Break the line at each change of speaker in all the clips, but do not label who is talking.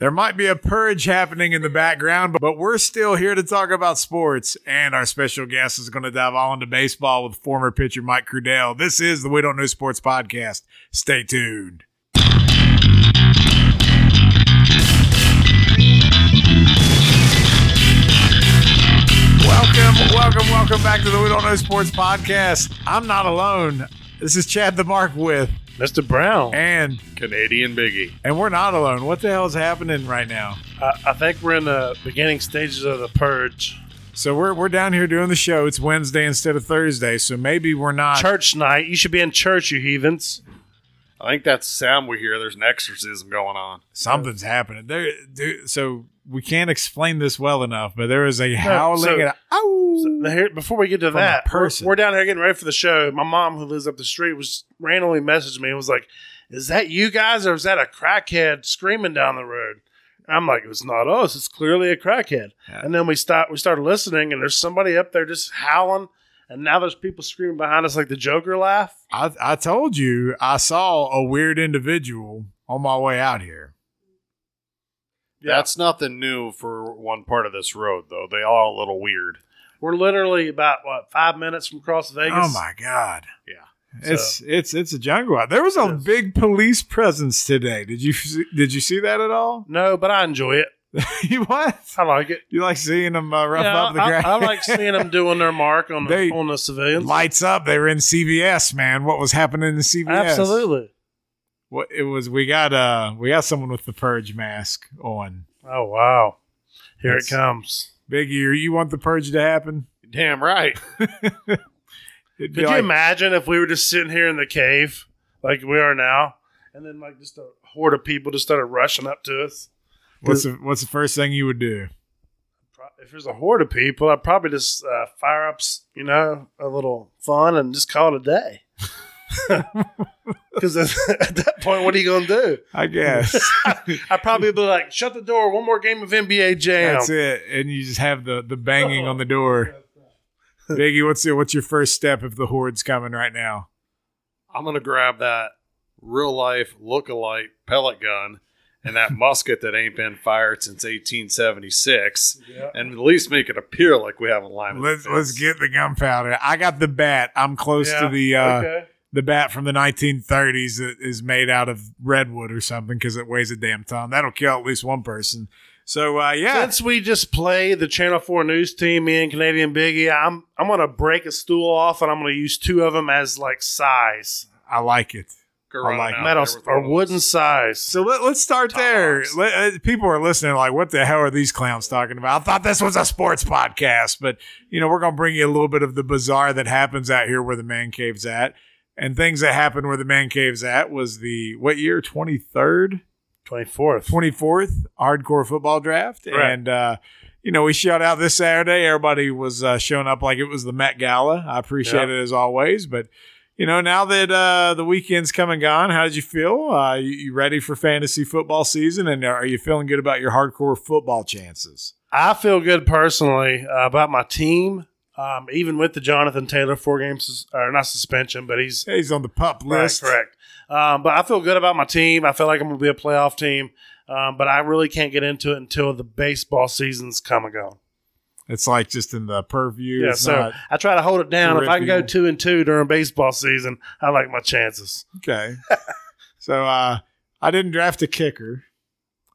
There might be a purge happening in the background, but- but we're still here to talk about sports. And our special guest is going to dive all into baseball with former pitcher Mike Crudell. This is the We Don't Know Sports podcast. Stay tuned. Welcome, welcome, welcome back to the We Don't Know Sports podcast. I'm not alone. This is Chad the Mark with
Mr. Brown,
and
Canadian Biggie.
and we're not alone. What the hell is happening right now?
I, I think we're in the beginning stages of the purge.
So we're we're down here doing the show. It's Wednesday instead of Thursday, so maybe we're not.
Church night. You should be in church, you heathens.
I think that's the sound we hear. There's an exorcism going on.
Something's happening there. Dude, so we can't explain this well enough, but there is a howling
so-
and a, ow.
So, now here, before we get to
From a
that, we're-
person.
We're, down here getting ready for the show. My mom, who lives up the street, was randomly messaged me and was like, "Is that you guys, or is that a crackhead screaming down the road?" And I'm like, "It's not us. It's clearly a crackhead."
Yeah.
And then we stop. We started listening, and there's somebody up there just howling. And now there's people screaming behind us like the Joker laugh.
I I told you I saw a weird individual on my way out here.
That's nothing new for one part of this road, though. They are a little weird.
We're literally about what five minutes from Cross
Oh
Vegas.
my god!
Yeah.
It's it's it's a jungle. out There was a
Yes.
big police presence today. Did you see- did you see that at all?
No, but I enjoy it.
You what?
I like it.
You like seeing them uh, rough
Yeah,
up the
I,
ground?
I like seeing them doing their mark on the
They-
on the civilians.
lights up. They were in CVS, man. What was happening in CVS?
Absolutely.
What it was? We got uh, we got someone with the purge mask on.
Oh wow! Here
That's-
it comes.
Big ear, you want the purge to happen?
Damn right.
It'd be
Could
like-
you imagine if we were just sitting here in the cave like we are now, and then like just a horde of people just started rushing up to us?
what's the what's the first thing you would do?
Pro- If there's a horde of people, I'd probably just uh, fire up, s- you know, a little fun and just call it a day. Because at at that point, what are you going to do?
I guess
I'd probably be like, shut the door, one more game of NBA Jam.
that's it. And you just have the the banging on the door. Biggie, what's your, what's your first step if the horde's coming right now?
I'm going to grab that real life look-alike pellet gun and that musket that ain't been fired since 1876
Yeah.
and at least make it appear like we have a line. of
Let's
defense.
let's get the gunpowder. I got the bat. I'm close to
Yeah,
the uh,
okay.
the bat from the 1930s that is made out of redwood or something because it weighs a damn ton. That'll kill at least one person. So uh, yeah,
Since we just played the Channel Four news team, me and Canadian Biggie, I'm I'm gonna break a stool off and I'm gonna use two of them as like size,
I like it.
Corona
I like
out
metal
there with
or
one of
wooden
those.
size. So
So let, let's start
Top
there.
box.
Let, uh, people are listening, like, what the hell are these clowns talking about? I thought this was a sports podcast, but you know, we're gonna bring you a little bit of the bizarre that happens out here where the man cave's at, and things that happened where the man cave's at was the what year? Twenty third.
twenty fourth.
24th hardcore football draft
Right.
and uh you know we shut out this saturday everybody was uh, showing up like it was the met gala i appreciate it as always but you know now that uh the weekend's come and gone how did you feel uh you, you ready for fantasy football season and are you feeling good about your hardcore football chances
I feel good personally uh, about my team, um, even with the Jonathan Taylor four games sus- or not suspension, but he's
Hey, he's on the pup
Right,
list
correct. Um, but I feel good about my team. I feel like I'm going to be a playoff team. Um, but I really can't get into it until the baseball season's come and gone.
it's like just in the purview
yeah,
it's
so
not
I try to hold it down. If I can go
peripheral.
two and two during baseball season, I like my chances
okay so uh i didn't draft a kicker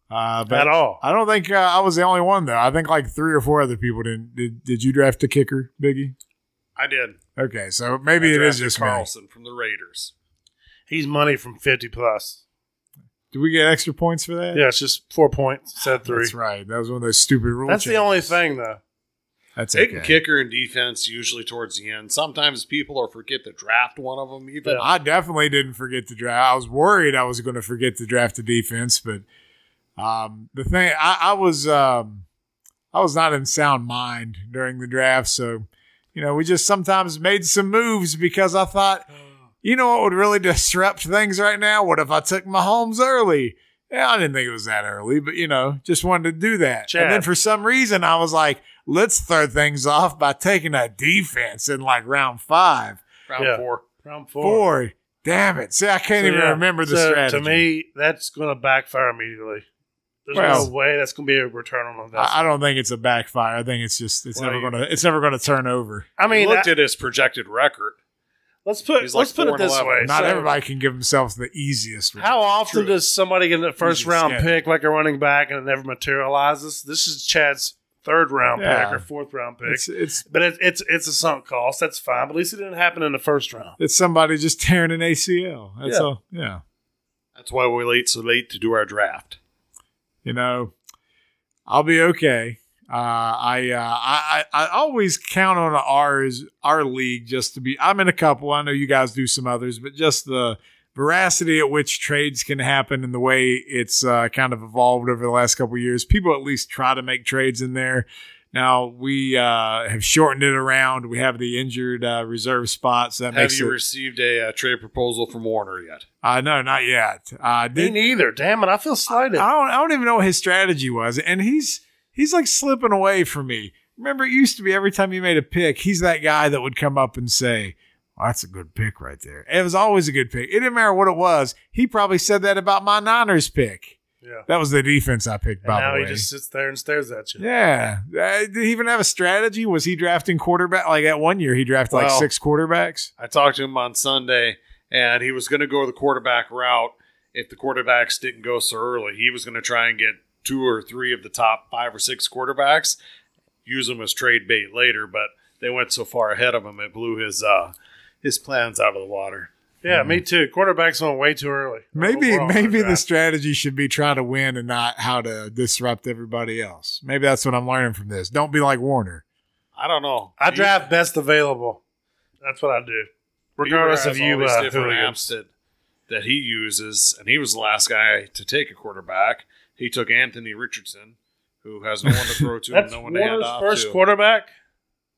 uh but
at all.
I don't think uh, I was the only one though. I think like three or four other people didn't. Did, did you draft a kicker, Biggie?
I did.
Okay, so maybe
I
it is
drafted
just me.
Carlson from the Raiders.
He's money from fifty plus.
Did we get extra points for that?
Yeah, it's just four points. Said three.
that's
That's,
right. That was one of those stupid rules.
the only thing though.
That's
Taking
okay.
kicker and defense usually towards the end. Sometimes people or forget to draft one of them. Even
I definitely didn't forget to draft. I was worried I was going to forget to draft the defense, but um, the thing I, I was um, I was not in sound mind during the draft, so you know we just sometimes made some moves because I thought, you know, what would really disrupt things right now? What if I took Mahomes early? Yeah, I didn't think it was that early, but you know, just wanted to do that.
Chad.
And then for some reason, I was like, let's throw things off by taking a defense in like round five
round
Yeah.
four.
Round four.
four. Damn it. See, I can't
So,
even
yeah.
remember the
So,
strategy.
To me, that's going to backfire immediately. There's
Well-
no way that's going to be a return on investment.
I, I don't think it's a backfire. I think it's just it's
Well,
never
you-
gonna it's never gonna turn over.
I mean,
he looked
I-
at his projected record.
let's put
he's
let's
like
put
four
it
and
this
11.
way.
Not
So,
everybody can give themselves the easiest. one.
How often
True.
does somebody get a first
Easy
round
schedule.
pick like a running back and it never materializes? This is Chad's third round
Yeah.
pick or fourth round pick.
it's it's
but it, it's it's a sunk cost. That's fine. But at least it didn't happen in the first round.
it's somebody just tearing an ACL. That's
Yeah.
all. Yeah.
That's why we're late so late to do our draft.
you know, I'll be okay. Uh, I, uh, I I I always count on ours our league just to be. I'm in a couple. I know you guys do some others, but just the veracity at which trades can happen and the way it's uh, kind of evolved over the last couple of years. People at least try to make trades in there. Now we uh, have shortened it around. We have the injured uh, reserve spots. that
Have
makes
you
it.
received a uh, trade proposal from Warner yet?
uh, no, not yet. Uh,
Me
did,
neither. Damn it! I feel slighted.
I don't, I don't even know what his strategy was. And he's he's like slipping away from me. Remember, it used to be every time you made a pick, he's that guy that would come up and say, well, that's a good pick right there. It was always a good pick. It didn't matter what it was. He probably said that about my Niners pick.
yeah.
That was the defense I picked,
And
by
now
the
he
way.
just sits there and stares at you.
yeah. Uh, did he even have a strategy? Was he drafting quarterback? Like that one year, he drafted like
Well-
six quarterbacks.
I talked to him on Sunday, and he was going to go the quarterback route if the quarterbacks didn't go so early. He was going to try and get two or three of the top five or six quarterbacks, use them as trade bait later. But they went so far ahead of him, it blew his uh, his plans out of the water.
Yeah, me too. Quarterbacks went way too early.
Maybe
Overall,
maybe the
draft.
strategy should be try to win and not how to disrupt everybody else. Maybe that's what I'm learning from this. Don't be like Warner.
I don't know.
I
He-
draft best available. That's what I do,
he
regardless
has
of
all
you.
these
Uh,
different
hooligans.
apps that that he uses, and he was the last guy to take a quarterback. He took Anthony Richardson, who has no one to throw to and
That's
no one to hand
Warner's
off
first
to.
quarterback.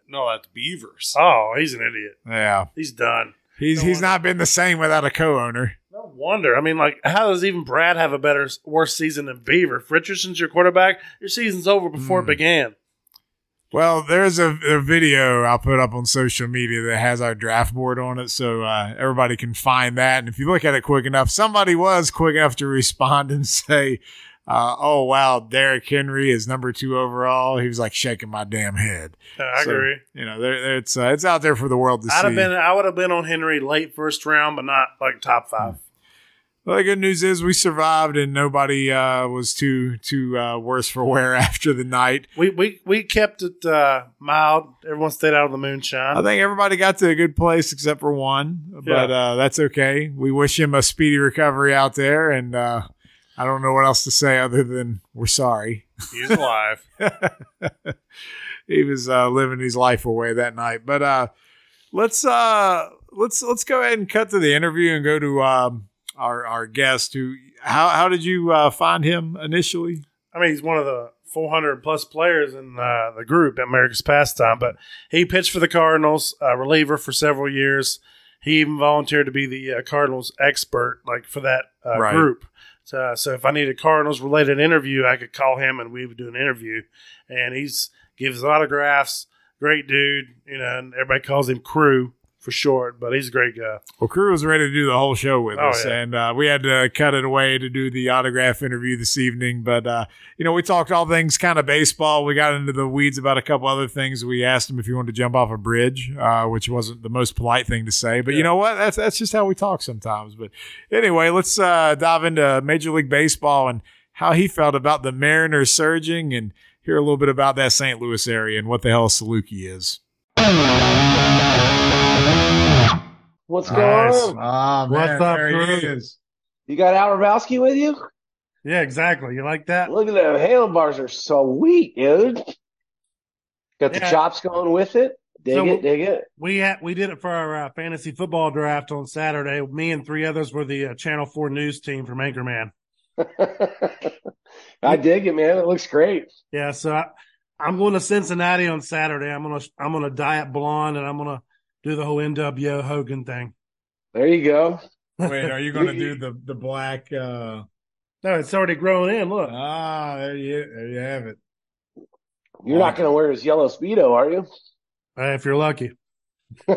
no, that's Beavers.
Oh, he's an idiot.
Yeah.
He's done.
He's
No
he's
wonder.
not been the same without a co-owner.
No wonder. I mean, like, how does even Brad have a better, worse season than Beaver? If Richardson's your quarterback, your season's over before
Hmm.
it began.
Well, there's a, a video I'll put up on social media that has our draft board on it, so uh, everybody can find that. And if you look at it quick enough, somebody was quick enough to respond and say, uh, "Oh wow, Derrick Henry is number two overall." He was like shaking my damn head.
Uh, I
So,
agree.
You know, there, there, it's uh, it's out there for the world to
I'd
see.
have been, I would have been on Henry late first round, but not like top five.
Well, the good news is we survived, and nobody uh, was too too uh, worse for wear after the night.
We we we kept it uh, mild. Everyone stayed out of the moonshine.
I think everybody got to a good place except for one, but uh, that's okay. We wish him a speedy recovery out there, and uh, I don't know what else to say other than we're sorry.
He's alive.
he was uh, living his life away that night, but uh, let's uh, let's let's go ahead and cut to the interview and go to um, our our guest. Who how how did you uh, find him initially?
I mean, he's one of the 400 plus players in uh, the group at America's Pastime, but he pitched for the Cardinals, uh, reliever for several years. He even volunteered to be the uh, Cardinals expert, like for that uh,
Right.
group. So, uh, so if I need a Cardinals related interview, I could call him and we would do an interview. And he's gives autographs. Great dude, you know, and everybody calls him Crew for short, but he's a great guy.
Well, crew was ready to do the whole show with
Oh,
us,
yeah.
and uh, we had to cut it away to do the autograph interview this evening. But uh, you know, we talked all things kind of baseball. We got into the weeds about a couple other things. We asked him if he wanted to jump off a bridge, uh, which wasn't the most polite thing to say, but you
Yeah.
know what? That's that's just how we talk sometimes. But anyway, let's uh, dive into Major League Baseball and how he felt about the Mariners surging, and hear a little bit about that St. Louis area and what the hell Saluki is.
What's going on?
Ah,
What's up, Crew?
You got Al Rabowski with you?
Yeah, exactly. You like that?
Look at the handlebars are sweet, dude. Got the
Yeah.
chops going with it. Dig
So-
it, dig it.
We had, we did it for our uh, fantasy football draft on Saturday. Me and three others were the uh, Channel Four news team from Anchorman.
I dig it, man. It looks great.
Yeah, so I, I'm going to Cincinnati on Saturday. I'm gonna I'm gonna diet blonde and I'm gonna do the whole NWO Hogan thing.
There you go.
Wait, are you
gonna do
the the black? Uh,
No, it's already growing in. Look,
Ah, there you there you have it.
You're not going to wear his yellow speedo, are you?
Uh, if you're lucky.
I'll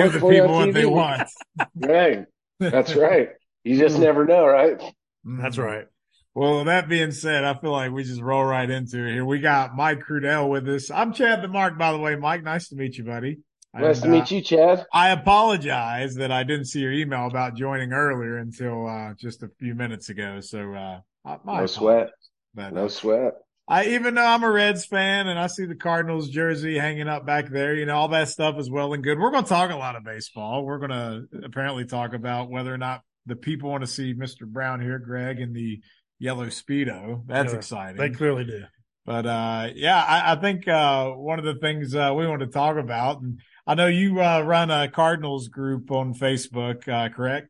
look for you on TV. Right. That's right. You just never know, right?
That's right.
Mm-hmm. Well, with that being said, I feel like we just roll right into it here. We got Mike Crudell with us. I'm Chad the Mark, by the way. Mike, nice to meet you, buddy. uh,
Nice to meet you, Chad.
I apologize that I didn't see your email about joining earlier until uh, just a few minutes ago. So, uh, I- my
No
apologies.
sweat.
But,
No sweat.
I even though I'm a Reds fan and I see the Cardinals jersey hanging up back there, you know, all that stuff is well and good. We're going to talk a lot of baseball. We're going to apparently talk about whether or not the people want to see Mr. Brown here, Greg, in the yellow Speedo. That's
Yeah,
exciting.
They clearly do.
But uh, yeah, I, I think uh, one of the things uh, we want to talk about, and I know you uh, run a Cardinals group on Facebook, uh, correct?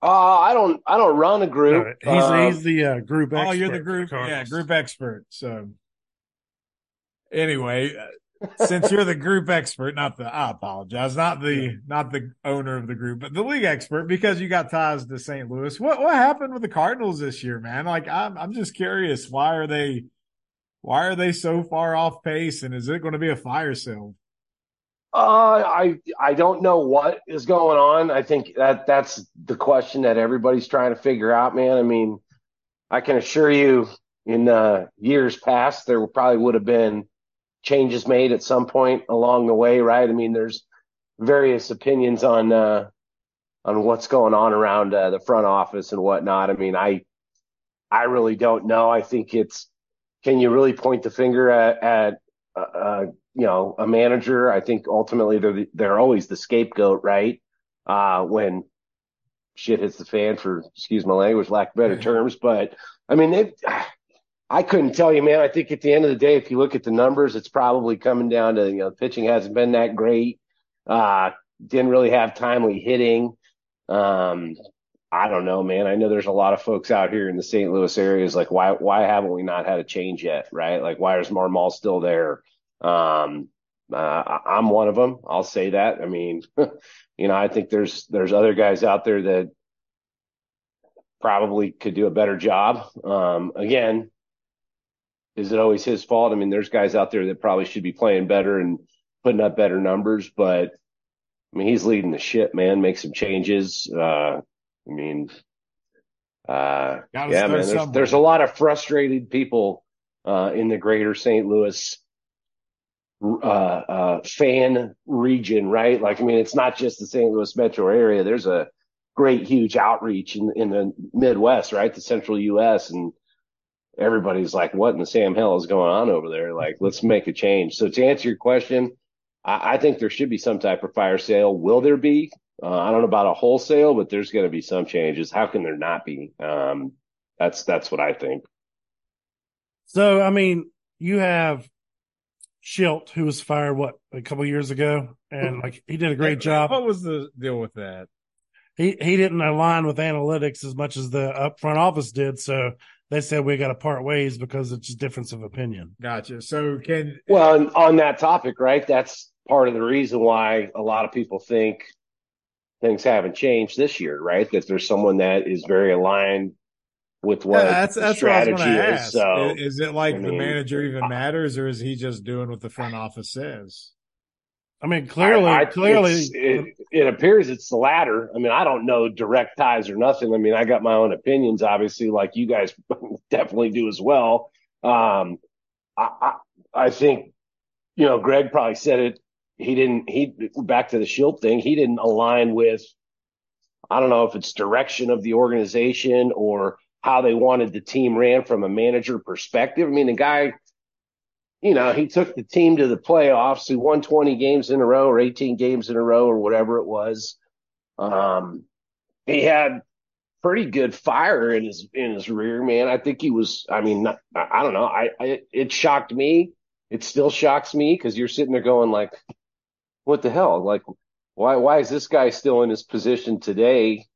Uh, I don't. I don't run a
No,
group.
he's,
Um,
he's the uh, group.
oh, you're
expert
the
for
group, yeah,
Cardinals.
group expert. So anyway, uh, since you're the group expert, not the I apologize, not the
Yeah.
not the owner of the group, but the league expert because you got ties to St. Louis. What what happened with the Cardinals this year, man? Like I'm I'm just curious. Why are they why are they so far off pace, and is it going to be a fire sale?
Uh, I I don't know what is going on. I think that that's the question that everybody's trying to figure out, man. I mean, I can assure you, in uh, years past, there probably would have been changes made at some point along the way, right? I mean, there's various opinions on uh, on what's going on around uh, the front office and whatnot. I mean, I I really don't know. I think it's can you really point the finger at, at uh, uh, you know a manager i think ultimately they're the, they're always the scapegoat right uh when shit hits the fan for excuse my language lack of better
Yeah.
terms but i mean it i couldn't tell you man i think at the end of the day if you look at the numbers it's probably coming down to you know pitching hasn't been that great uh didn't really have timely hitting um I don't know, man. I know there's a lot of folks out here in the St. Louis area is like, why, why haven't we not had a change yet? Right? Like, why is Marmol still there? Um, uh, I- I'm one of them. I'll say that. I mean, you know, I think there's there's other guys out there that probably could do a better job. Um, again, is it always his fault? I mean, there's guys out there that probably should be playing better and putting up better numbers, but I mean, he's leading the ship, man. Make some changes. Uh, I mean, uh,
Gotta
yeah,
start
man. There's,
somewhere.
there's a lot of frustrated people uh, in the greater St. Louis uh, uh, fan region, right? Like, I mean, it's not just the St. Louis metro area. There's a great, huge outreach in in the Midwest, right? The Central U.S. and everybody's like, "What in the Sam Hell is going on over there?" Like, let's make a change. So, to answer your question, I, I think there should be some type of fire sale. Will there be? Uh, I don't know about a wholesale, but there's going to be some changes. How can there not be? Um, that's that's what I think.
So, I mean, you have Schilt, who was fired, what, a couple years ago? And like, he did a great job.
What was the deal with that?
he he didn't align with analytics as much as the up front office did. So they said we got to part ways because it's just difference of opinion.
Gotcha. So can
Well, and on that topic, right? That's part of the reason why a lot of people think things haven't changed this year, right? That there's someone that is very aligned with what
Yeah, that's
the
that's what I was
strategy
going to
is.
ask.
So,
is, is it like
I
the
mean,
manager even
I-
matters, or is he just doing what the front office says?
I mean, clearly,
I- I-
clearly,
it's- it, it appears it's the latter. I mean, I don't know direct ties or nothing. I mean, I got my own opinions, obviously, like you guys definitely do as well. Um, I, I, I think, you know, Greg probably said it. He didn't. He back to the Shield thing. He didn't align with. I don't know if it's direction of the organization or how they wanted the team ran from a manager perspective. I mean, the guy you know, he took the team to the playoffs. He won 20 games in a row or 18 games in a row or whatever it was. Um, he had pretty good fire in his in his rear, man. I think he was. I mean, not, I I don't know. I, I it shocked me. It still shocks me because you're sitting there going like, what the hell? Like, why why is this guy still in his position today?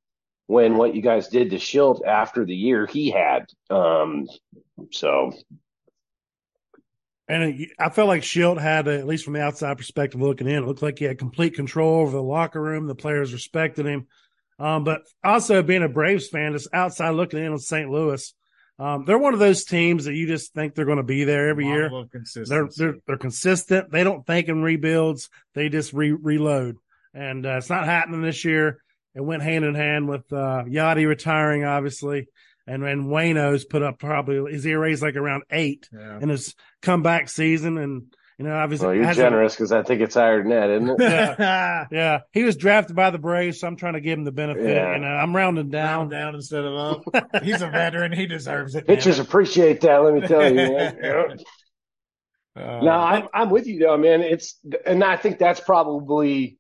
When what you guys did to Schilt after the year he had, um, so
and it, I felt like Shield had, at least from the outside perspective looking in, it looked like he had complete control over the locker room. The players respected him. Um, but also being a Braves fan, just outside looking in on St. Louis, um, they're one of those teams that you just think they're going to be there every year.
Model of
they're
consistency.
they're they're consistent. They don't think in rebuilds. They just re- reload, and uh, it's not happening this year. It went hand in hand with uh, Yachty retiring, obviously, and and Wayno's put up probably his ERA is like around eight
Yeah.
in his comeback season, and you know obviously
Well, you're
hasn't-
generous because I think it's higher than that, isn't it?
Yeah.
Yeah, he was drafted by the Braves, so I'm trying to give him the benefit.
Yeah.
And uh, I'm rounding
Down,
down.
down instead of up. He's a veteran. He deserves it.
Pitchers appreciate that. Let me tell you, man. Yeah.
Uh,
No, I'm I'm with you though, man. It's and I think that's probably,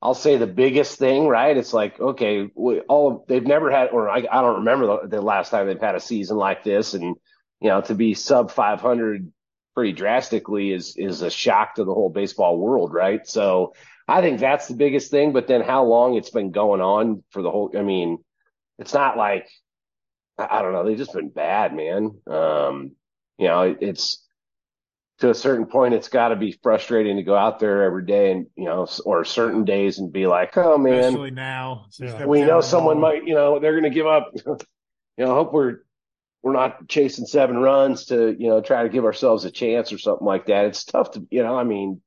I'll say the biggest thing, right? It's like okay, we, all they've never had, or I, I don't remember the, the last time they've had a season like this, and you know to be sub 500 pretty drastically is is a shock to the whole baseball world, right? So I think that's the biggest thing. But then how long it's been going on for the whole? I mean, it's not like I I don't know. They've just been bad, man. Um, you know, it, it's to a certain point, it's got to be frustrating to go out there every day and, you know, s- or certain days and be like, oh man,
especially now. since
Yeah.
we know
September.
someone might, you know, they're going to give up. you know, I hope we're, we're not chasing seven runs to, you know, try to give ourselves a chance or something like that. It's tough to, you know, I mean,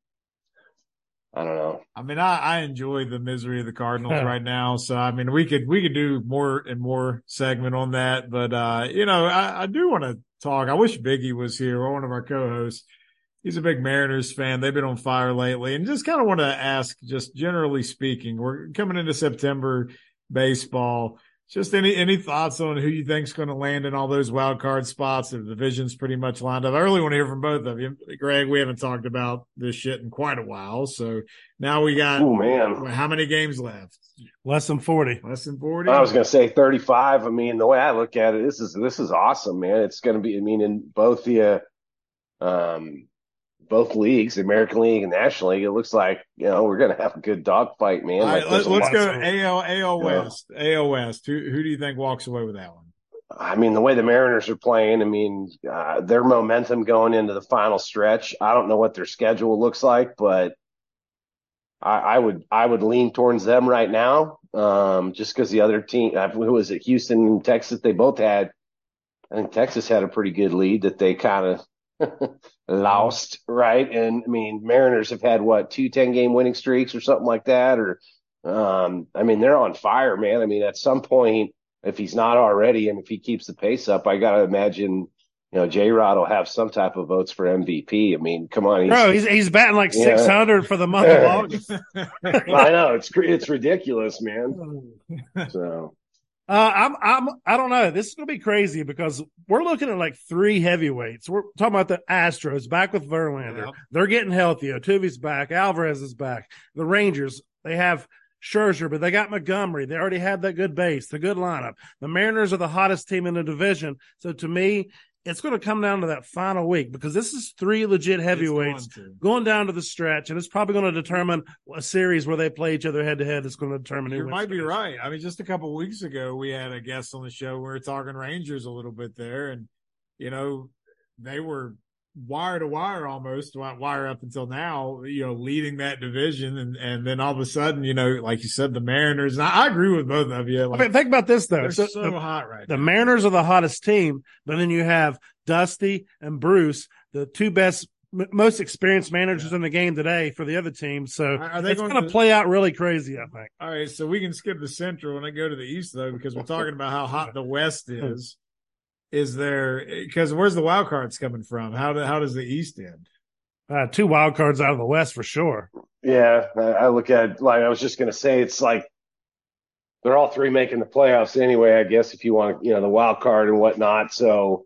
I don't know.
I mean, I, I enjoy the misery of the Cardinals right now. So I mean, we could we could do more and more segment on that, but uh, you know, I, I do want to talk. I wish Biggie was here, or one of our co-hosts. He's a big Mariners fan. They've been on fire lately, and just kind of want to ask, just generally speaking, we're coming into September baseball. Just any any thoughts on who you think's going to land in all those wild card spots? The division's pretty much lined up. I really want to hear from both of you, Greg. We haven't talked about this shit in quite a while, so now we got
Oh man.
well, how many games left?
Less than 40.
Less than forty.
I was going to say 35. I mean, the way I look at it, this is this is awesome, man. It's going to be. I mean, in both the, uh, um, both leagues, the American League and National League, it looks like you know we're going to have a good dogfight, man.
All
Like,
right,
there's
let,
a
us
lot-
go
of-
AL AL
Yeah.
West. AL West. Who who do you think walks away with that one?
I mean, the way the Mariners are playing, I mean, uh, their momentum going into the final stretch. I don't know what their schedule looks like, but I, I would I would lean towards them right now, um, just because the other team, I, who was it, Houston and Texas, they both had. I think Texas had a pretty good lead that they kind of lost, right? And I mean, Mariners have had what two 10 game winning streaks or something like that, or um, I mean, they're on fire, man. I mean, at some point, if he's not already, and if he keeps the pace up, I gotta imagine, you know, J Rod will have some type of votes for MVP. I mean, come on, he's,
Bro, he's, he's batting like
Yeah.
600 for the month of August.
I know it's cr- it's ridiculous, man. So
Uh, I'm, I'm, I don't know. This is going to be crazy because we're looking at like three heavyweights. We're talking about the Astros back with Verlander.
Yep.
They're getting healthy. Otuvi's back. Alvarez is back. The Rangers, they have Scherzer, but they got Montgomery. They already have that good base, the good lineup. The Mariners are the hottest team in the division. So to me, it's going to come down to that final week because this is three legit heavyweights
It's going to.
going down to the stretch, and it's probably going to determine a series where they play each other head to head. It's going to determine who
You
wins
might be
the division.
right. I mean, just a couple weeks ago, we had a guest on the show. We were talking Rangers a little bit there, and you know, they were wire to wire almost, wi- wire up until now. You know, leading that division, and and then all of a sudden, you know, like you said, the Mariners. And I, I agree with both of you.
I
Like,
mean, think about this though.
they're
So
so,
the,
hot right
the
now.
Mariners are the hottest team, but then you have Dusty and Bruce, the two best, m- most experienced managers in the game today for the other team. So
Are- are they
it's
going
going
to-
to play out really crazy, I think.
All right, so we can skip the central and I go to the east though, because we're talking about how hot the west is. Is there? Because where's the wild cards coming from? How do, how does the east end?
Uh, two wild cards out of the West for sure.
yeah, I, I look at like I was just gonna say, it's like they're all three making the playoffs anyway. I guess if you want, you know, the wild card and whatnot. So,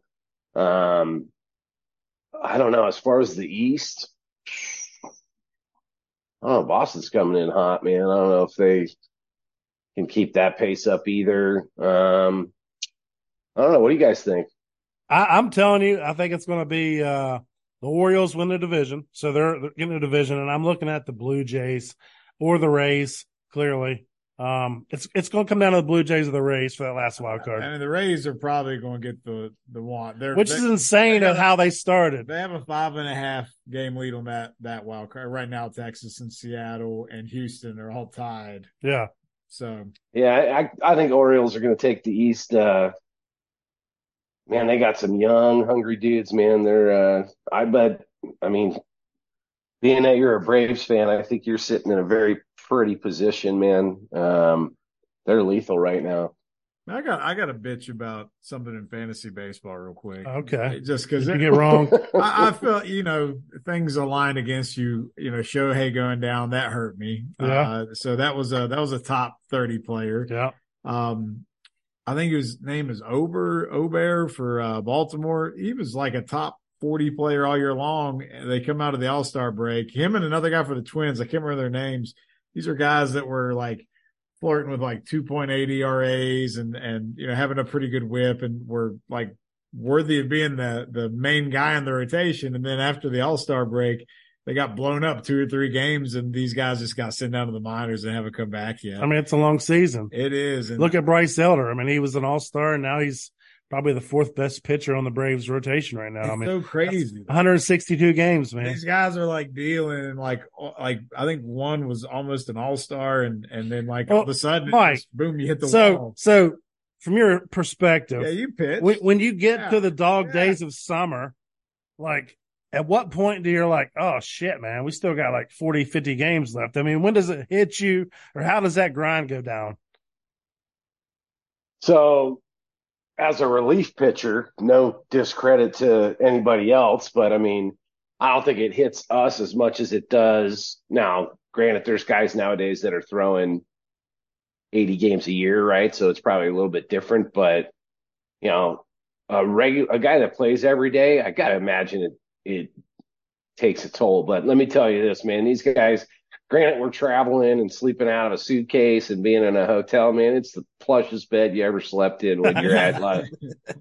um, I don't know. As far as the East, I don't know. Boston's coming in hot, man. I don't know if they can keep that pace up either. Um, I don't know. What do you guys think?
I, I'm telling you, I think it's going to be uh, the Orioles win the division, so they're, they're getting the division, and I'm looking at the Blue Jays or the Rays. Clearly, um, it's it's going to come down to the Blue Jays or the Rays for that last wild
I
card,
mean, the Rays are probably going to get the the want. They're,
which
they,
is insane
they-
of how they started.
they have a five and a half game lead on that that wild card right now. Texas and Seattle and Houston are all tied.
Yeah,
So
Yeah, I, I I think Orioles are going to take the East. Uh, man, they got some young, hungry dudes, man. They're, uh, I bet, I mean, being that you're a Braves fan, I think you're sitting in a very pretty position, man. Um, they're lethal right now.
I got I got a bitch about something in fantasy baseball real quick.
Okay.
Just because
Uh, You get wrong.
I, I felt, you know, things aligned against you. You know, Shohei going down that hurt me.
Yeah.
Uh, so that was a that was a top thirty player.
Yeah.
Um, I think his name is Ober Ober for uh, Baltimore. He was like a top forty player all year long. They come out of the All Star break. Him and another guy for the Twins. I can't remember their names. These are guys that were like flirting with like 2.8 ERAs E and and you know having a pretty good whip and were like worthy of being the the main guy in the rotation. And then after the All Star break, they got blown up two or three games, and these guys just got sent down to the minors and haven't come back yet.
I mean, it's a long season.
it is. And
Look at Bryce Elder. I mean, he was an all star, and now he's probably the fourth best pitcher on the Braves rotation right
it's
now. I mean,
so crazy.
162 games, man.
These guys are like dealing like like I think one was almost an all star, and and then like all of a sudden, it
Mike,
just, boom, you hit the
So,
wall.
so from your perspective,
Yeah, you pitch.
when, when you get
Yeah.
to the dog
Yeah.
days of summer, like at what point do you're like, oh shit, man, we still got like 40, 50 games left? I mean, when does it hit you or how does that grind go down?
So, as a relief pitcher, no discredit to anybody else, but I mean, I don't think it hits us as much as it does now. Granted, there's guys nowadays that are throwing 80 games a year, right? So it's probably a little bit different, but you know, a regular a guy that plays every day, I gotta imagine it it takes a toll. But let me tell you this, man, these guys, granted, we're traveling and sleeping out of a suitcase and being in a hotel, man, it's the plushest bed you ever slept in when you're at like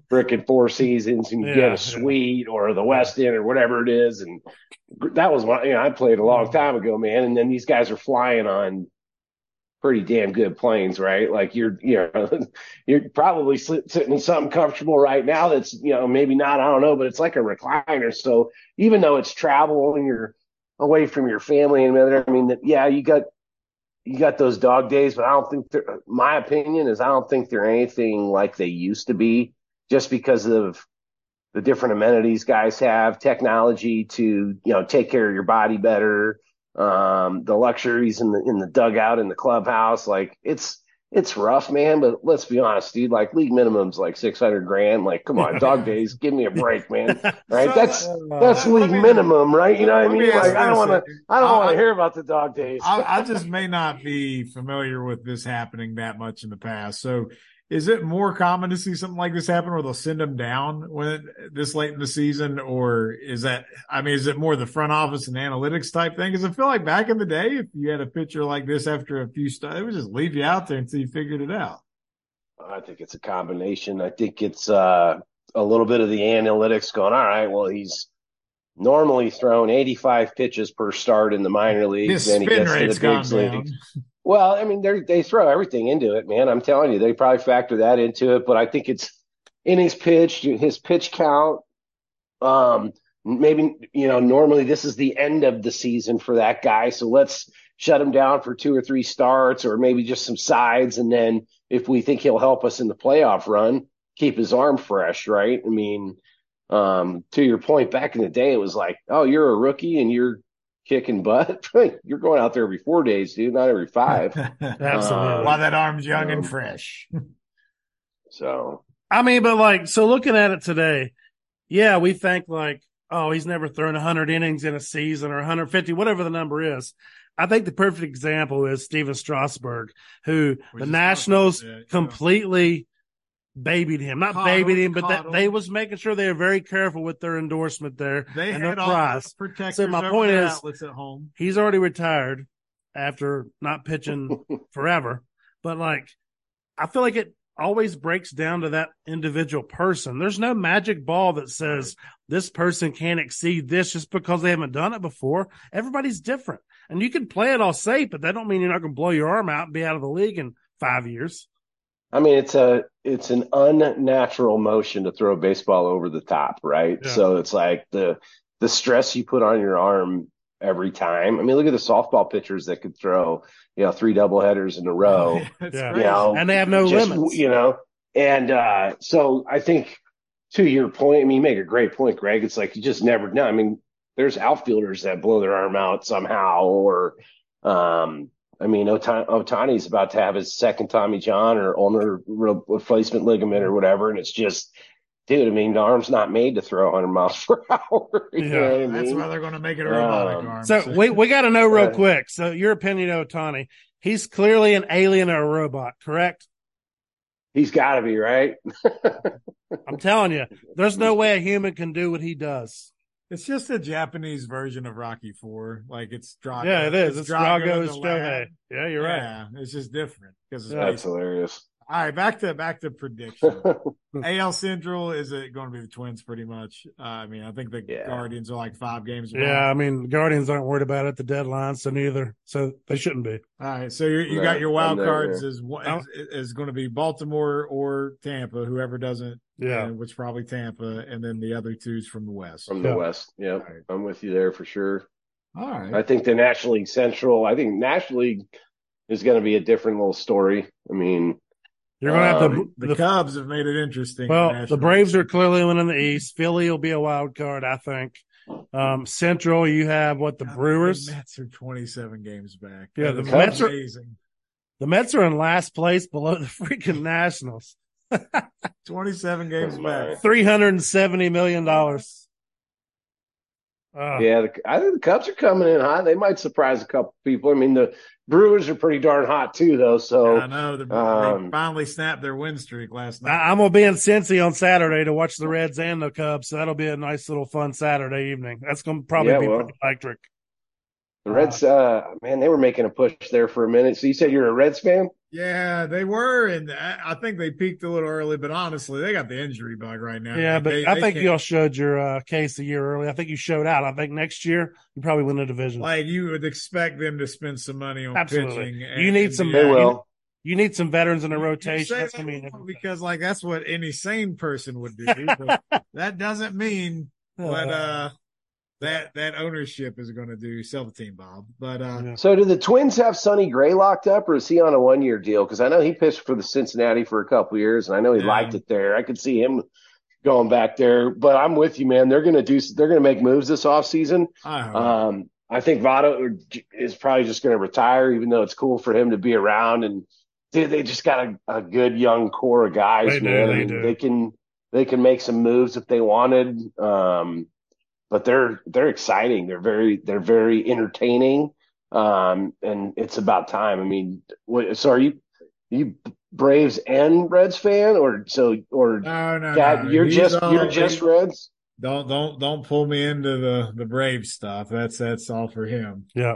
frickin' Four Seasons and you
Yeah,
get
yeah.
a suite or the West End or whatever it is. And gr- that was my, you know, I played a long
Mm-hmm.
time ago, man. And then these guys are flying on pretty damn good planes, right? Like you're, you know, you're probably sit- sitting in something comfortable right now that's you know maybe not i don't know but it's like a recliner so even though it's travel and you're away from your family and other i mean that yeah you got you got those dog days but i don't think they're my opinion is i don't think they're anything like they used to be just because of the different amenities guys have technology to you know take care of your body better um the luxuries in the in the dugout in the clubhouse like it's it's rough, man. But let's be honest, dude. Like league minimums, like six hundred grand. Like, come on, dog days. Give me a break, man. Right?
So,
That's
uh,
that's
let
league
me-
minimum, right? You know what I
let me
mean?
ask
Like,
this.
I don't want to. I don't
I-
want
I-
to hear about the dog days.
I, I just may not be familiar with this happening that much in the past. So, is it more common to see something like this happen, where they'll send them down when this late in the season, or is that? I mean, is it more the front office and analytics type thing? Because I feel like back in the day, if you had a pitcher like this after a few starts, they would just leave you out there until you figured it out.
I think it's a combination. I think it's uh, a little bit of the analytics going, all right, well, he's normally thrown 85 pitches per start in the minor
His
leagues. Then he
spin
gets to
rate's
the
gone
big
down.
leagues. Well, I mean, they they throw everything into it, man. I'm telling you, they probably factor that into it. But I think it's innings pitched, his pitch count. Um, maybe you know, normally this is the end of the season for that guy, so let's shut him down for two or three starts, or maybe just some sides, and then if we think he'll help us in the playoff run, keep his arm fresh, right? I mean, um, to your point, back in the day, it was like, oh, you're a rookie and you're kicking butt. You're going out there every four days, dude, not every five.
Absolutely.
While that arm's young
Um,
and fresh.
So
I mean, but like, so looking at it today, yeah, we think like, oh, he's never thrown 100 innings in a season or 150, whatever the number is. I think the perfect example is Steven Strasburg,
We
who
just talked
the
about
Nationals
that, yeah.
completely babied him, not
Coddled,
babied him, but that,
coddled.
they was making sure they were very careful with their endorsement there
They
and
had
their
all the
prize.
protectors
So my
over
point
their
is-
outlets at home.
He's already retired after not pitching forever, but like, I feel like it always breaks down to that individual person. There's no magic ball that says this person can't exceed this just because they haven't done it before. Everybody's different, and you can play it all safe, but that don't mean you're not going to blow your arm out and be out of the league in five years.
I mean, it's a it's an unnatural motion to throw a baseball over the top, right?
Yeah.
So it's like the the stress you put on your arm every time. I mean, look at the softball pitchers that could throw, you know, three double headers in a row.
That's
Yeah.
crazy.
You know,
And they have no
just,
limits.
You know, and uh, so I think to your point, I mean, you make a great point, Greg. It's like you just never know. I mean, there's outfielders that blow their arm out somehow, or um, I mean, Otani, Otani's about to have his second Tommy John or ulnar re- replacement ligament or whatever, and it's just, dude. I mean, the arm's not made to throw 100 miles per hour. You know
Yeah,
what I
That's
mean?
why they're going to make it a
Um,
robotic arm.
So we we got to know real
Uh,
quick. So your opinion, Otani? He's clearly an alien or a robot, correct?
He's got to be right.
I'm telling you, there's no way a human can do what he does.
It's just a Japanese version of Rocky Four. Like it's Drago.
yeah, it is. It's Drago
in the lab.
Strohe. Yeah, you're right.
yeah, it's just different because it's
Yeah.
based-
That's hilarious.
all right. Back to back to prediction. AL Central is it going to be the Twins? Pretty much. Uh, I mean, I think the
Yeah.
Guardians are like five games. back.
Yeah, I mean, the Guardians aren't worried about it at the deadline, so neither. So they shouldn't be.
All right. So you're, you
No,
got your wild
I'm not
cards
there.
is one is, is going to be Baltimore or Tampa, whoever doesn't,
Yeah.
and which probably Tampa, and then the other two's from the West.
From the
Yeah.
West. Yeah,
All right.
I'm with you there for sure.
All right.
I think the National League Central, I think National League is going to be a different little story. I mean,
You're going to have to.
Um,
the,
The,
Cubs have made it interesting.
well, the
National
Braves
League.
are clearly winning the East. Philly will be a wild card, I think. Um, Central, you have what? The
God,
Brewers.
Mets are 27 games back.
Yeah,
That
the
is
Mets
are-
amazing.
The Mets are in last place below the freaking Nationals.
27 games
Oh,
back.
my.
$370 million. Uh,
yeah, the, I think the Cubs are coming in hot. They might surprise a couple people. I mean, the Brewers are pretty darn hot too, though. So
I know the, they
um,
finally snapped their win streak last night.
I- I'm gonna be in Cincy on Saturday to watch the Reds and the Cubs, so that'll be a nice little fun Saturday evening. That's gonna probably
Yeah,
be
well.
pretty electric.
the Reds, uh, man, they were making a push there for a minute. So you said you're a Reds fan?
yeah, they were, and I I think they peaked a little early. But honestly, they got the injury bug right now.
yeah,
Like,
but
they-
I
they
think
can't-
y'all showed your uh, case a year early. I think you showed out. I think next year you probably win the division.
like you would expect them to spend some money on
Absolutely.
pitching.
You need some-
They
Yeah,
will.
you need some veterans in the
You- you
rotation.
say
That's
that
gonna mean everything.
because like that's what any sane person would do. but that doesn't mean what uh that that ownership is going to do. Sell the team, Bob. But uh
yeah.
So do the Twins have Sonny Gray locked up, or is he on a one year deal? Because I know he pitched for the Cincinnati for a couple years, and I know he
Yeah.
liked it there. I could see him going back there. But I'm with you, man. They're going to do. They're going to make moves this offseason.
I hope.
Uh-huh.
Um, I think Votto is probably just going to retire, even though it's cool for him to be around. And dude, they just got a, a good young core of guys,
They do,
man.
they
I mean,
do.
they can they can make some moves if they wanted. Um, but they're they're exciting. They're very they're very entertaining. Um, and it's about time. I mean, what, so are you you Braves and Reds fan, or so or
no,
Uh,
no,
Dad,
no.
you're
He's
just you're
all-
just Reds?
don't don't don't pull me into the the brave stuff. That's that's all for him.
yeah.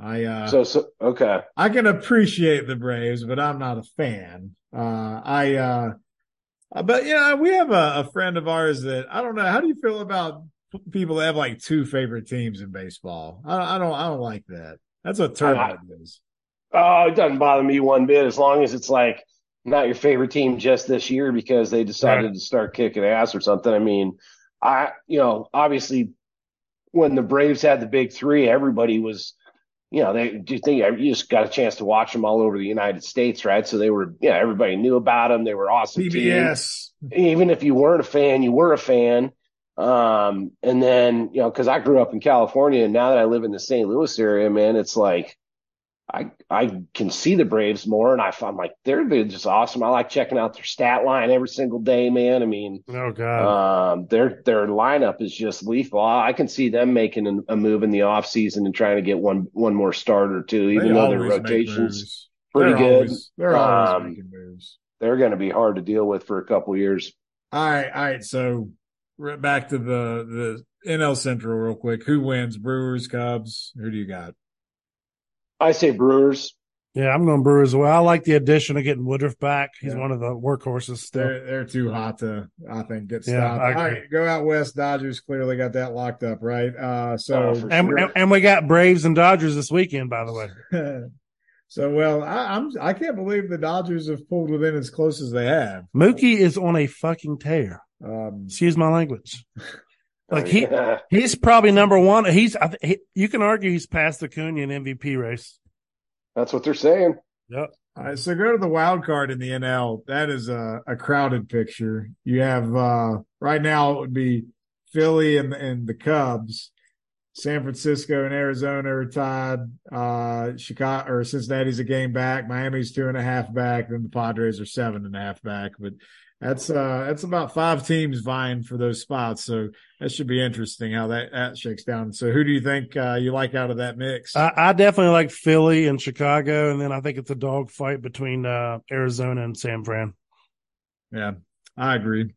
I uh
So so okay.
I can appreciate the Braves, but I'm not a fan. Uh, I, uh, uh, but yeah, we have a, a friend of ours that I don't know. How do you feel about p- people that have like two favorite teams in baseball? I, I don't, I don't like that. That's a term
I-
is.
Oh, it doesn't bother me one bit as long as it's like not your favorite team just this year because they decided to start kicking ass or something. I mean, I, you know, obviously when the Braves had the big three, everybody was, you know, they do you think you just got a chance to watch them all over the United States, right? So they were, yeah, everybody knew about them. They were awesome. team
CBS.
even if you weren't a fan, you were a fan. Um, and then, you know, cause I grew up in California and now that I live in the St. Louis area, man, it's like, I, I can see the Braves more and I, I'm like, they're, they're just awesome. I like checking out their stat line every single day, man. I mean,
Oh god.
um, their, their lineup is just lethal. I, I can see them making an, a move in the off season and trying to get one, one more starter too, even though their rotation's pretty
they're
good.
Always, they're always
Um,
making moves.
They're going to be hard to deal with for a couple years.
All right, all right. So we're back to the the NL Central real quick. Who wins? Brewers, Cubs. Who do you got?
I say Brewers.
yeah, I'm going Brewers as well. I like the addition of getting Woodruff back. He's
Yeah.
one of the workhorses still.
They're they're too hot to I think get
Yeah,
stopped.
I
All
agree.
right, go out west. Dodgers clearly got that locked up, right? Uh,
Oh,
so
for
And,
sure.
and and we got Braves and Dodgers this weekend, by the way.
so well, I, I'm I can't believe the Dodgers have pulled within as close as they have.
Mookie is on a fucking tear.
Um,
Excuse my language. Like
Oh,
he,
Yeah.
he's probably number one. He's I th- he, you can argue he's past the Cunha in MVP race.
That's what they're saying.
all right, so go to the wild card in the NL. That is a, a crowded picture. You have uh, right now it would be Philly and and the Cubs. San Francisco and Arizona are tied. Uh, Chicago or Cincinnati's a game back. Miami's two and a half back. Then the Padres are seven and a half back. But that's uh, that's about five teams vying for those spots. So that should be interesting how that, that shakes down. So who do you think uh, you like out of that mix?
I, I definitely like Philly and Chicago, and then I think it's a dog fight between uh, Arizona and San Fran.
yeah, I agree.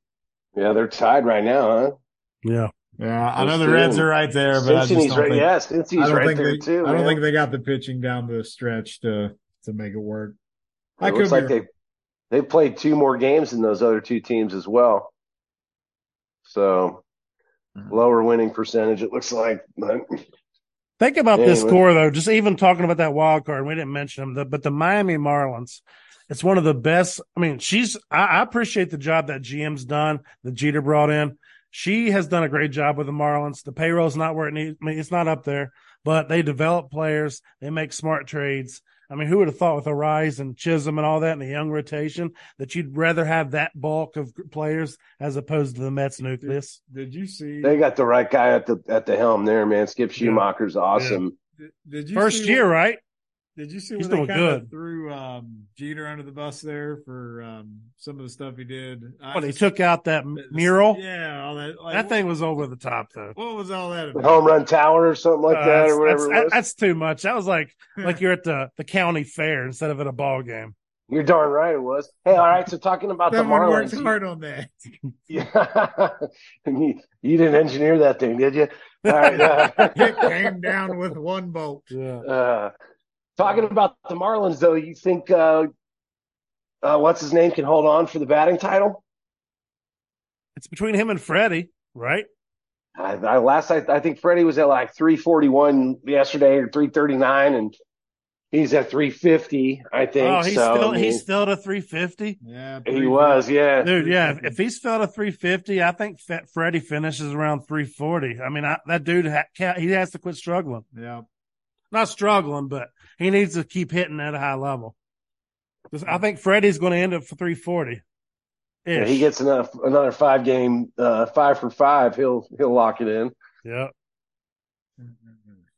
Yeah, they're tied right now, huh?
Yeah,
Yeah, I
They're
know the
still-
Reds are right there, but I just
Cincinnati's
don't
right.
think-
Yeah, Cincinnati's
I don't
right
think
there
they, I
too.
don't
man.
think they got the pitching down the stretch to to make it work. I
it looks
could be
like they they played two more games than those other two teams as well. So
Mm-hmm.
lower winning percentage, it looks like. But
think about this
Anyway.
score though. Just even talking about that wild card, we didn't mention them, the, but the Miami Marlins. It's one of the best. I mean, she's. I, I appreciate the job that GM's done. That Jeter brought in. She has done a great job with the Marlins. The payroll's not where it needs. I mean, it's not up there, but they develop players. They make smart trades. I mean, who would have thought with Arise and Chisholm and all that and the young rotation that you'd rather have that bulk of players as opposed to the Mets nucleus?
Did you see?
they got the right guy at the at the helm there, man. Skip Schumacher's awesome.
did- Did you
First
see
year,
What,
right?
did you see
He's
where they
doing
kind of
good.
threw um, Jeter under the bus there for um, some of the stuff he did? I
When he
just-
took out that
the- the-
mural.
Yeah, all that. Like,
That thing was over the top, though.
What was all that about?
Home run tower or something like
Uh,
that,
that's,
or whatever
that's-
it was.
that's too much. That was like like you're at the, the county fair instead of at a ball game.
You're darn right, it was. Hey, all right. So talking about the
Someone worked
Marlins,
hard on that.
Yeah. you, you didn't engineer that thing, did you? All right. uh,
It came down with one bolt.
Yeah.
uh, talking about the Marlins, though, you think uh, uh, what's his name can hold on for the batting title?
It's between him and Freddie, right?
I, I last I, I think Freddie was at like 341 yesterday or 339, and he's at 350. I think
Oh, he's
so.
still
I mean,
he's still at a three fifty.
Yeah,
he was, yeah.
Dude, yeah. If, if he's filled a 350, I think Fe- Freddie finishes around 340. I mean, I, that dude, ha- ca- he has to quit struggling.
Yeah,
Not struggling, but he needs to keep hitting at a high level. 'Cause I think Freddie's going to end up for 340.
Yeah, he gets another another five game, uh, five for five. He'll he'll lock it in.
yeah.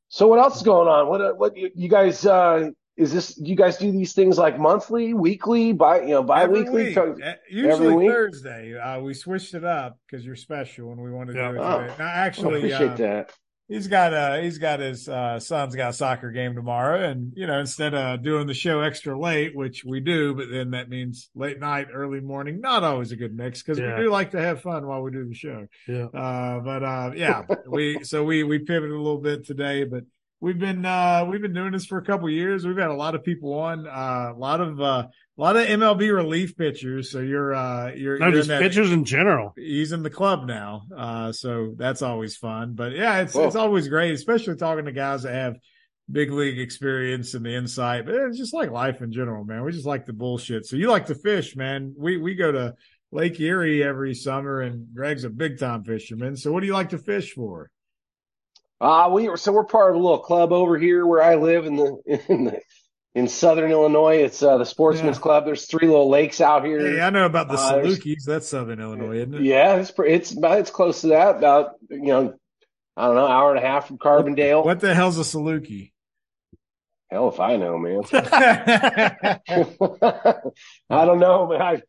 So what else is going on? What uh, what you, you guys uh is this you guys do these things like monthly, weekly, bi you know,
Every
bi-weekly?
week.
Co-
Uh, Usually
week?
Thursday. Uh, we switched it up because you're special and we wanted to
Yeah.
do it
Oh.
today. Now,
I
actually,
appreciate
uh,
that.
he's got uh he's got his uh, son's got a soccer game tomorrow, and you know instead of doing the show extra late, which we do, but then that means late night, early morning, not always a good mix because
Yeah.
we do like to have fun while we do the show.
Yeah.
Uh, but uh, yeah, we so we we pivoted a little bit today, but we've been uh, we've been doing this for a couple years. We've had a lot of people on, uh, a lot of uh, a lot of MLB relief pitchers. So you're uh, you're,
No,
you're
just
in that-
pitchers in general.
He's in the club now, uh, so that's always fun. But yeah, it's
Cool.
it's always great, especially talking to guys that have big league experience and the insight. But it's just like life in general, man. We just like the bullshit. So you like to fish, man. We we go to Lake Erie every summer, and Greg's a big time fisherman. So what do you like to fish for?
Uh we so we're part of a little club over here where I live in the in the in Southern Illinois. It's uh, the Sportsman's
Yeah.
Club. There's three little lakes out here.
Hey, I know about the
Uh, there's-
Salukis. That's Southern Illinois, isn't it?
Yeah, it's pre- it's about it's close to that. About you know, I don't know, hour and a half from Carbondale.
What the hell's a Saluki?
Hell if I know, man.
yeah,
I don't know, but I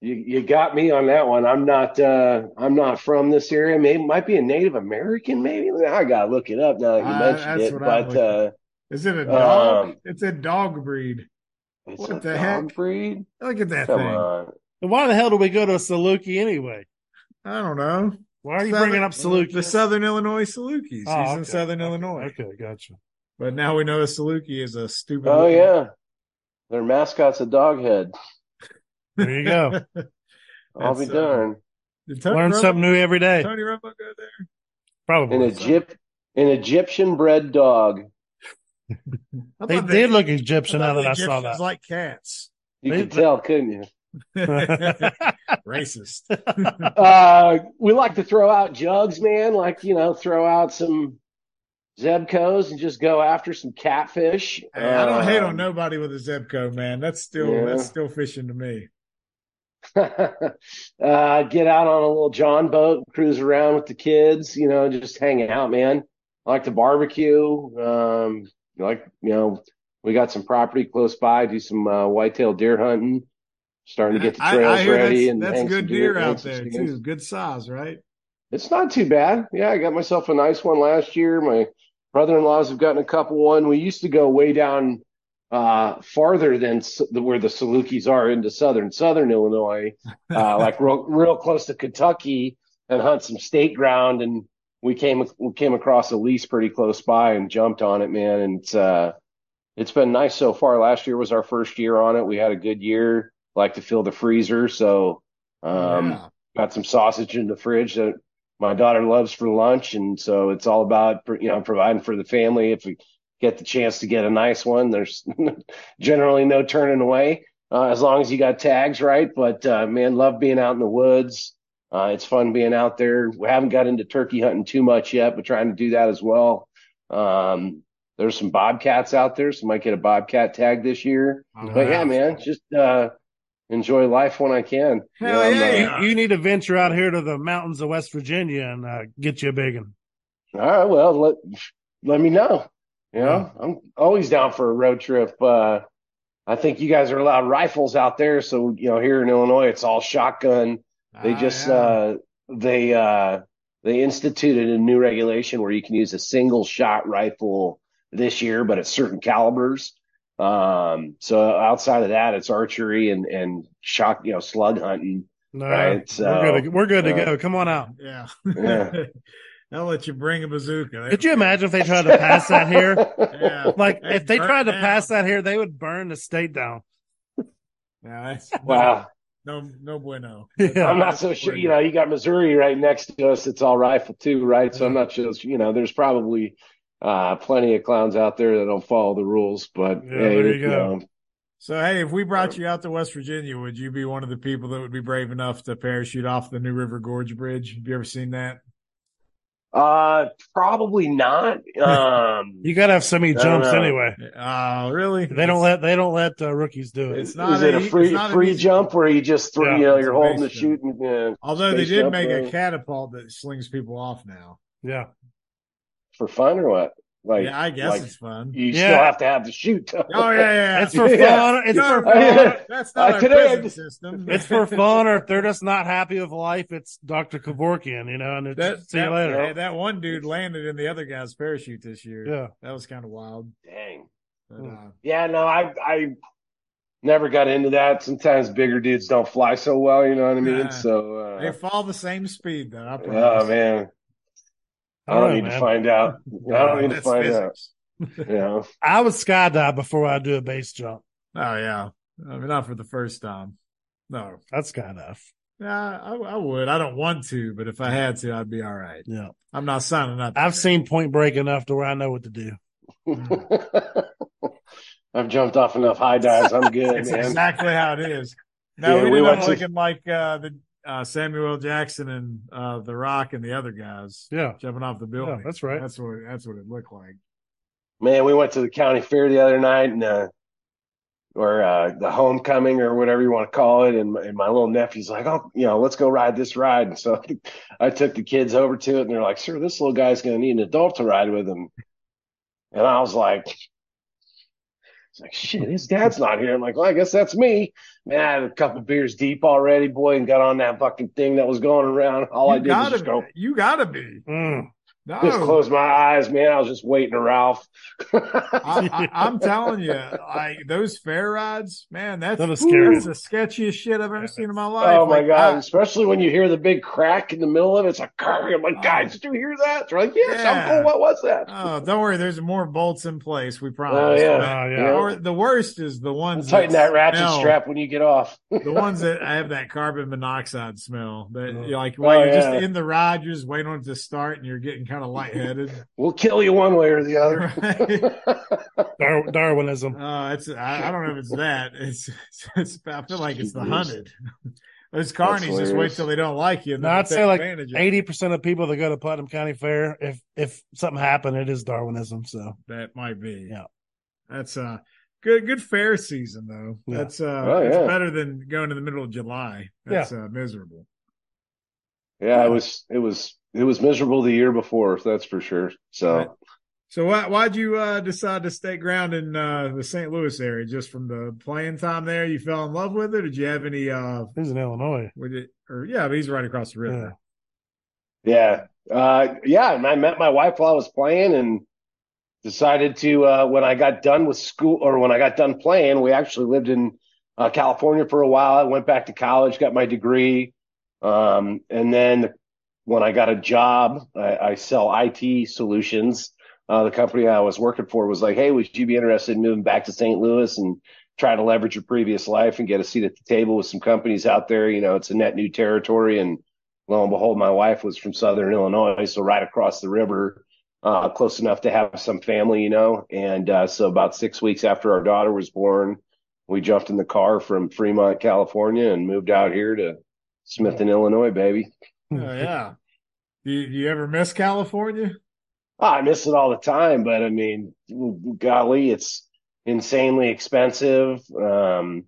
you you got me on that one. I'm not uh I'm not from this area. Maybe might be a Native American, maybe. I gotta look it up now that you
Uh,
mentioned
that's
it.
what I'm
But
looking-
uh
is it a dog?
Um,
it's a dog breed.
it's
What
a
the
dog
heck?
breed.
Look at that
Come
thing.
on.
And why the hell do we go to a Saluki anyway?
I don't know.
Why are you
Southern-
bringing up Saluki?
The Southern Illinois Salukis.
Oh,
He's
okay.
in Southern Illinois.
Okay, gotcha.
But now we know a Saluki is a stupid.
Oh
looking-
yeah. Their mascot's a dog head.
There you go.
I'll be
That's, uh,
darned.
Did Tony
Learn
Romo-
something new every day.
Tony Romo go there?
An
Probably.
Egypt an Egyptian bred dog.
I
They
thought
did look
I
Egyptian
thought
now that
the
I saw
Egyptians
that.
like cats.
You
They-
could tell, couldn't you?
Racist.
Uh, we like to throw out jugs, man. Like, you know, throw out some Zebcos and just go after some catfish.
Hey, I don't hate
Um,
on nobody with a Zebco, man. That's still
Yeah.
that's still fishing to me.
uh, get out on a little John boat, cruise around with the kids, you know, just hang out, man. I like to barbecue. Um, I like you know, we got some property close by. Do some uh, whitetail deer hunting. Starting to get the
I- I
trails
hear
ready
that's,
and
that's
hang some
good deer,
hang
out
some
there
stands.
too. Good size, right?
It's not too bad. Yeah, I got myself a nice one last year. My brother-in-laws have gotten a couple one. We used to go way down uh, farther than s- where the Salukis are into southern southern Illinois, uh, like real, real close to Kentucky, and hunt some state ground. And we came we came across a lease pretty close by and jumped on it, man. And it's uh, it's been nice so far. Last year was our first year on it. We had a good year. Like to fill the freezer, so um,
yeah.
got some sausage in the fridge that my daughter loves for lunch, and so it's all about you know providing for the family. If we get the chance to get a nice one, there's generally no turning away uh, as long as you got tags right. But uh, man, love being out in the woods. Uh, it's fun being out there. We haven't got into turkey hunting too much yet, but trying to do that as well. Um, there's some bobcats out there, so might get a bobcat tag this year.
All
But yeah,
right.
man, just uh, enjoy life when I can.
Hell
I'm,
yeah.
uh,
You, you need to venture out here to the mountains of West Virginia and uh, get you a big one.
All right, well, let let me know. You know, I'm always down for a road trip. Uh, I think you guys are allowed rifles out there, so you know, here in Illinois, it's all shotgun. They
Ah,
just
yeah.
uh, they uh, they instituted a new regulation where you can use a single shot rifle this year, but at certain calibers. Um, so outside of that, it's archery and and shot, you know, slug hunting,
No,
right?
we're good.
So
To, we're good to
uh,
go. Come on out.
Yeah.
Yeah.
They'll let you bring a bazooka.
Could you imagine if they tried to pass that here?
Yeah.
Like
They'd
if they
burn
tried to
down.
pass that here, they would burn the state down.
Yeah, that's,
Wow.
No, no, no bueno.
Yeah.
I'm not so sure. You know, you got Missouri right next to us. It's all rifle too, right? So I'm
Yeah.
not sure. You know, there's probably uh, plenty of clowns out there that don't follow the rules. But
Yeah,
hey,
there you
you
go.
know,
So, hey, if we brought
Uh,
you out to West Virginia, would you be one of the people that would be brave enough to parachute off the New River Gorge Bridge? Have you ever seen that?
uh, probably not. Um,
You gotta have so many
I don't
jumps
know.
anyway.
Uh, really?
They don't let they don't let uh, rookies do it.
It's not
is it a
e-
free
it's not an
free
easy-
jump where you just throw,
Yeah,
you know,
it's
you're
a
holding the
base
shoot? And, uh,
Although they
space
did
jump,
make a
uh,
catapult that slings people off now.
Yeah.
for fun or what? Like,
yeah, I guess
like
it's fun.
you
Yeah.
still have to have the shoot.
Oh yeah, yeah.
It's for
Yeah.
fun. It's
No,
for
no,
fun.
that's not
Uh,
our
today I
prison
just-
system.
It's for fun, or if they're just not happy with life, it's Dr. Kevorkian, you know, and it's
That,
see you
that-
later.
hey, that one dude landed in the other guy's parachute this year.
Yeah. Hmm.
That was kind of wild.
Dang.
But, uh,
Yeah, no, I I never got into that. Sometimes bigger dudes don't fly so well, you know what I mean?
Yeah.
So uh,
they fall the same speed though. I promise.
oh man, I
I
don't
know,
need
man.
to find out. I don't need to
That's
find
physics.
out. You know,
I would skydive before I do a base jump.
Oh yeah. I mean, not for the first time. No.
I'd skydive.
Yeah, I, I would. I don't want to, but if I had to, I'd be all right.
Yeah.
I'm not signing up.
I've seen Point Break enough to where I know what to do.
I've jumped off enough high dives. I'm good,
It's
man.
exactly how it is. No,
Yeah,
we
we
ended up
went to-
looking like uh, the uh, Samuel L. Jackson and uh, The Rock and the other guys
Yeah.
jumping off the building.
Yeah, that's right.
That's what that's what it looked like.
Man, we went to the county fair the other night and uh or uh the homecoming or whatever you want to call it and my, and my little nephew's like, "Oh, you know, let's go ride this ride." And so I took the kids over to it and they're like, "Sir, this little guy's going to need an adult to ride with him." And I was like, it's like, shit, his dad's not here. I'm like, well, I guess that's me. Man, I had a couple beers deep already, boy, and got on that fucking thing that was going around. All
you
I did was
gotta,
just go,
you gotta be. oh.
Mm.
No,
just close my eyes, man. I was just waiting to Ralph.
I, I, I'm telling you, like those fair rides, man, that's
That was scary.
That's the sketchiest shit I've ever
Yeah,
seen in my life.
Oh my
Like,
god!
I-
Especially when you hear the big crack in the middle of it. It's like, "Grr." I'm like, guys, did you hear that? They're like, yes,
Yeah.
Uncle, what was that?
oh, don't worry, there's more bolts in place. We promise.
Oh, yeah.
Oh,
But
yeah.
Yeah.
Or the worst is the ones
Tighten that ratchet
smell-
strap when you get off.
the ones that have that carbon monoxide smell. That
Oh.
you're like while
Oh,
you're just
yeah.
in the ride, you're just waiting on it to start, and you're getting kind of lightheaded.
We'll kill you one way or the other.
Right.
Dar- Darwinism.
Uh, it's I, I don't know if it's that. It's, it's I feel like it's the hunted. Those carnies just wait
hilarious.
till they don't like you. And
No,
then
I'd
they
say
take
like
advantage of it.
Eighty percent of people that go to Putnam County Fair, if if something happened, it is Darwinism. So
that might be.
Yeah.
that's uh good. Good fair season though.
Yeah.
That's uh
Oh,
that's
yeah.
better than going in the middle of July. That's uh, miserable.
Yeah, it was it was it was miserable the year before, that's for sure. So
Right. So why why'd you uh, decide to stay ground in uh, the St. Louis area? Just from the playing time there, you fell in love with it. Did you have any uh,
He's in Illinois.
with it? Or yeah, but he's right across the river.
Yeah. Uh, yeah. And I met my wife while I was playing and decided to, uh, when I got done with school or when I got done playing, we actually lived in uh, California for a while. I went back to college, got my degree. Um, and then when I got a job, I, I sell IT solutions. Uh, the company I was working for was like, Hey, would you be interested in moving back to St. Louis and try to leverage your previous life and get a seat at the table with some companies out there? You know, it's a net new territory and, lo and behold, my wife was from Southern Illinois, so right across the river, uh, close enough to have some family, you know. And uh, so about six weeks after our daughter was born, we jumped in the car from Fremont, California, and moved out here to Smithton, Illinois, baby.
Hmm.
Yeah. Oh, yeah. Do you, do you ever miss California?
Ah, I miss it all the time, but I mean, golly, it's insanely expensive. Um,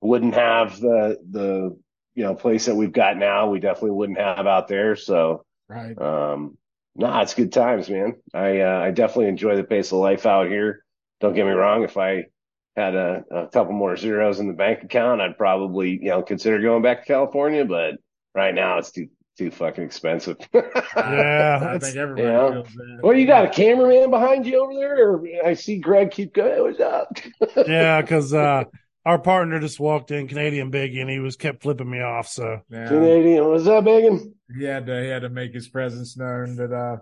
wouldn't have the the you know place that we've got now. We definitely wouldn't have out there. So
Right.
Um, nah, it's good times, man. I uh, I definitely enjoy the pace of life out here. Don't get me wrong. If I had a, a couple more zeros in the bank account, I'd probably you know consider going back to California. But right now, it's too too fucking expensive.
Yeah,
I
Uh, it's-
think everybody
yeah.
feels that.
well, you got a cameraman behind you over there, or I see Greg keep going. What's up?
yeah, because uh, our partner just walked in, Canadian Biggie, and he was kept flipping me off. So
Yeah.
Canadian, what's up, Megan?
He had to he had to make his presence known. But uh,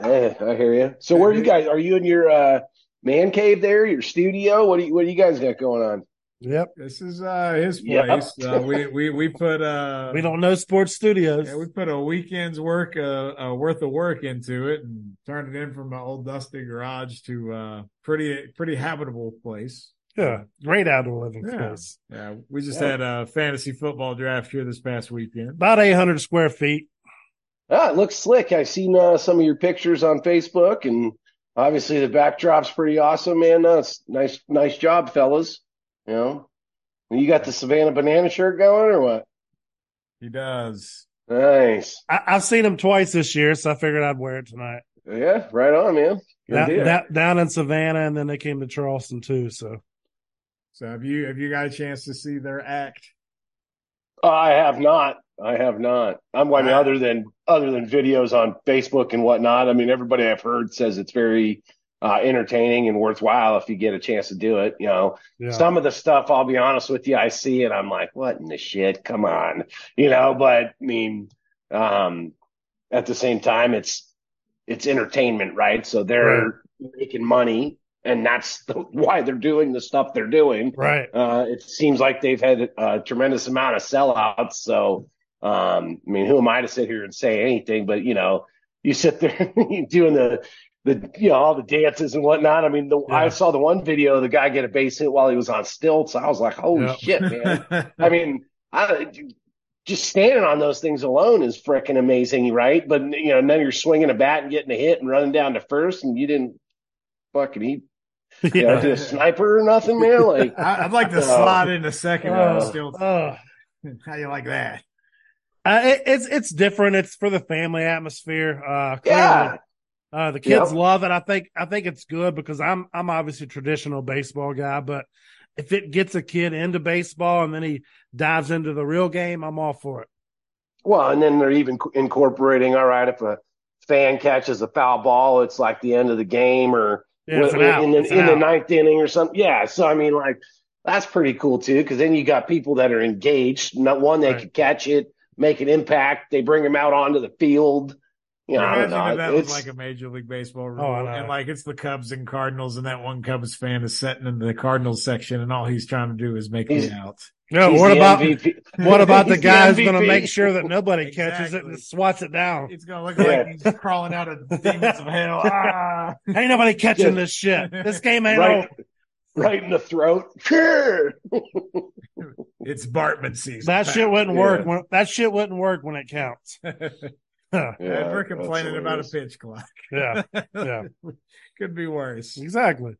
Hey, I hear you. So, where are you guys? Are you in your uh, man cave there? Your studio? What do you What do you guys got going on?
yep,
this is uh, his
Yep.
place. Uh, we we we put uh,
we don't know sports studios.
Yeah, we put a weekend's work, uh, uh, worth of work into it, and turned it in from an old dusty garage to a pretty, pretty habitable place.
yeah, great outdoor living
Yeah.
space.
Yeah, we just
Yeah.
had a fantasy football draft here this past weekend.
About eight hundred square feet.
Ah, it looks slick. I've seen uh, some of your pictures on Facebook, and obviously the backdrop's pretty awesome, man. Uh, it's nice, nice job, fellas. You know, you got the Savannah Banana shirt going or what?
He does.
Nice.
I, I've seen him twice this year, so I figured I'd wear it tonight.
Yeah, right on, man. Good
That,
deal.
that down in Savannah, and then they came to Charleston too. So
So have you have you got a chance to see their act?
Oh, I have not. I have not. I'm, I mean, other than other than videos on Facebook and whatnot. I mean, everybody I've heard says it's very uh, entertaining and worthwhile if you get a chance to do it. You know,
yeah,
Some of the stuff, I'll be honest with you, I see and I'm like, what in the shit? Come on. You know, but I mean, um, at the same time, it's, it's entertainment, right? So they're making money and that's the, why they're doing the stuff they're doing.
right.
Uh, it seems like they've had a tremendous amount of sellouts. So, um, I mean, who am I to sit here and say anything? But you know, you sit there doing the the you know all the dances and whatnot. I mean, the,
Yeah.
I saw the one video of the guy get a base hit while he was on stilts. I was like, holy
Yeah.
shit, man! I mean, I, just standing on those things alone is freaking amazing, right? But you know, now you're swinging a bat and getting a hit and running down to first, and you didn't fucking eat, you know,
Yeah.
do a sniper or nothing, man. Like.
I, would like to
No.
slide in a second. one
Oh.
still,
Oh.
how you like that?
Uh, it, it's it's different. It's for the family atmosphere. Uh, clearly,
Yeah.
uh, the kids
Yep.
love it. I think I think it's good because I'm I'm obviously a traditional baseball guy, but if it gets a kid into baseball and then he dives into the real game, I'm all for it.
Well, and then they're even co- incorporating, all right, if a fan catches a foul ball, it's like the end of the game or
Yeah, it's an
in,
out.
the,
It's an
in the
out.
ninth inning or something. Yeah. So, I mean, like, that's pretty cool too, because then you got people that are engaged. Not one, they
Right.
could catch it, make an impact. They bring them out onto the field. You know, I don't
Imagine
know.
if that
It's,
was like a major league baseball rule,
Oh, I know.
and like it's the Cubs and Cardinals, and that one Cubs fan is sitting in the Cardinals section, and all he's trying to do is make
He's-
me out.
Yeah,
he's
what
the
about
MVP.
what about the
He's the
guy who's going to
MVP.
make sure that nobody catches it
Exactly.
and swats it down?
It's gonna look
Yeah.
like he's crawling out of demons of hell. Ah.
Ain't nobody catching
Just-
this shit. This game ain't
Right.
over.
Right in the throat. Sure.
It's Bartman season.
That shit wouldn't
Yeah.
work. When, that shit wouldn't work when it counts.
Yeah,
and we're
that's
complaining about a
hilarious.
pitch clock.
Yeah, yeah,
Could be worse.
exactly.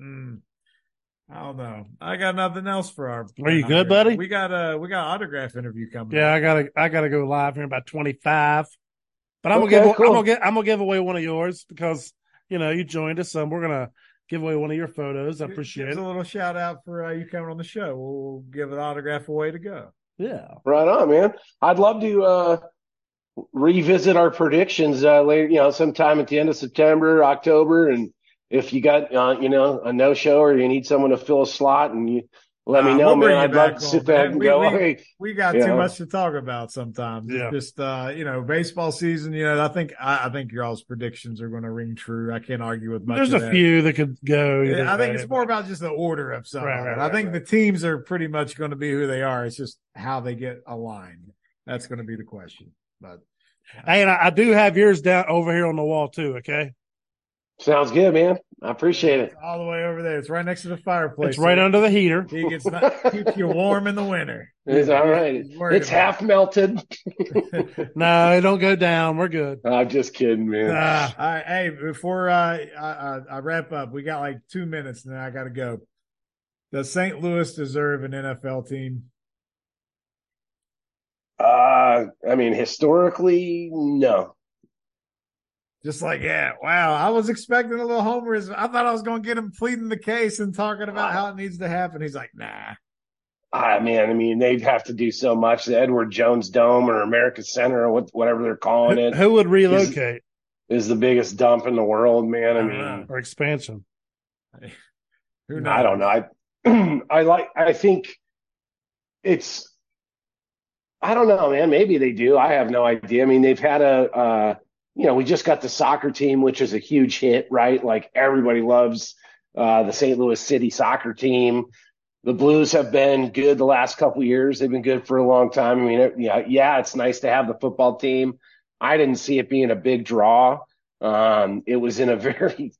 Mm.
I don't know. I got nothing else for our.
Are you
our
good,
autograph.
buddy?
We got a we got an autograph interview coming.
Yeah, I gotta I gotta go live here in about twenty five. But I'm
Okay,
gonna give
cool.
I'm gonna get I'm gonna give away one of yours because you know you joined us and we're gonna give away one of your photos. I
Give-
appreciate
give us
it.
a little shout out for uh, you coming on the show. We'll, we'll give an autograph away to go.
Yeah.
Right on, man. I'd love to uh, revisit our predictions uh, later, you know, sometime at the end of September, October. And if you got, uh, you know, a no show or you need someone to fill a slot and you let me
Nah,
know,
we'll bring
man,
you
I'd love
back
to sit
on,
back
man.
and
We-
go,
we-
hey,
We got
Yeah.
too much to talk about sometimes. It's
Yeah.
just uh, you know, baseball season. You know, I think I, I think your all's predictions are going to ring true. I can't argue with much.
There's
of
a
that.
few that could go.
Yeah,
either
I think
way,
it's more about just the order of something.
Right, right,
I
right,
think
right.
the teams are pretty much going to be who they are. It's just how they get aligned. That's going to be the question. But
but- Hey, and I, I do have yours down over here on the wall too. Okay,
sounds good, man. I appreciate it.
it's all the way over there. It's right next to the fireplace.
it's right under the heater.
He gets not, keeps you warm in the winter.
It's all right.
He's worried
It's
about
half melted.
it.
No, it don't go down. We're good.
I'm just kidding, man.
Ah,
All right, hey, before uh, I, I, I wrap up, we got like two minutes, and then I got to go. Does St. Louis deserve an NFL team?
Uh, I mean, historically, no.
Just like, yeah, wow. I was expecting a little homerism. I thought I was going to get him pleading the case and talking about how it needs to happen. He's like, nah.
I mean, Ah, I mean, they'd have to do so much. The Edward Jones Dome or America Center or what, whatever they're calling
who,
it
who would relocate Uh,
is the biggest dump in the world, man. I
I
mean,
or expansion?
Who
I don't know. I, I like. I think it's. I don't know, man. Maybe they do. I have no idea. I mean, they've had a. Uh, you know, we just got the soccer team, which is a huge hit, right? Like everybody loves uh, the St. Louis City soccer team. The Blues have been good the last couple of years. They've been good for a long time. I mean, it, yeah, yeah, it's nice to have the football team. I didn't see it being a big draw. Um, it was in a very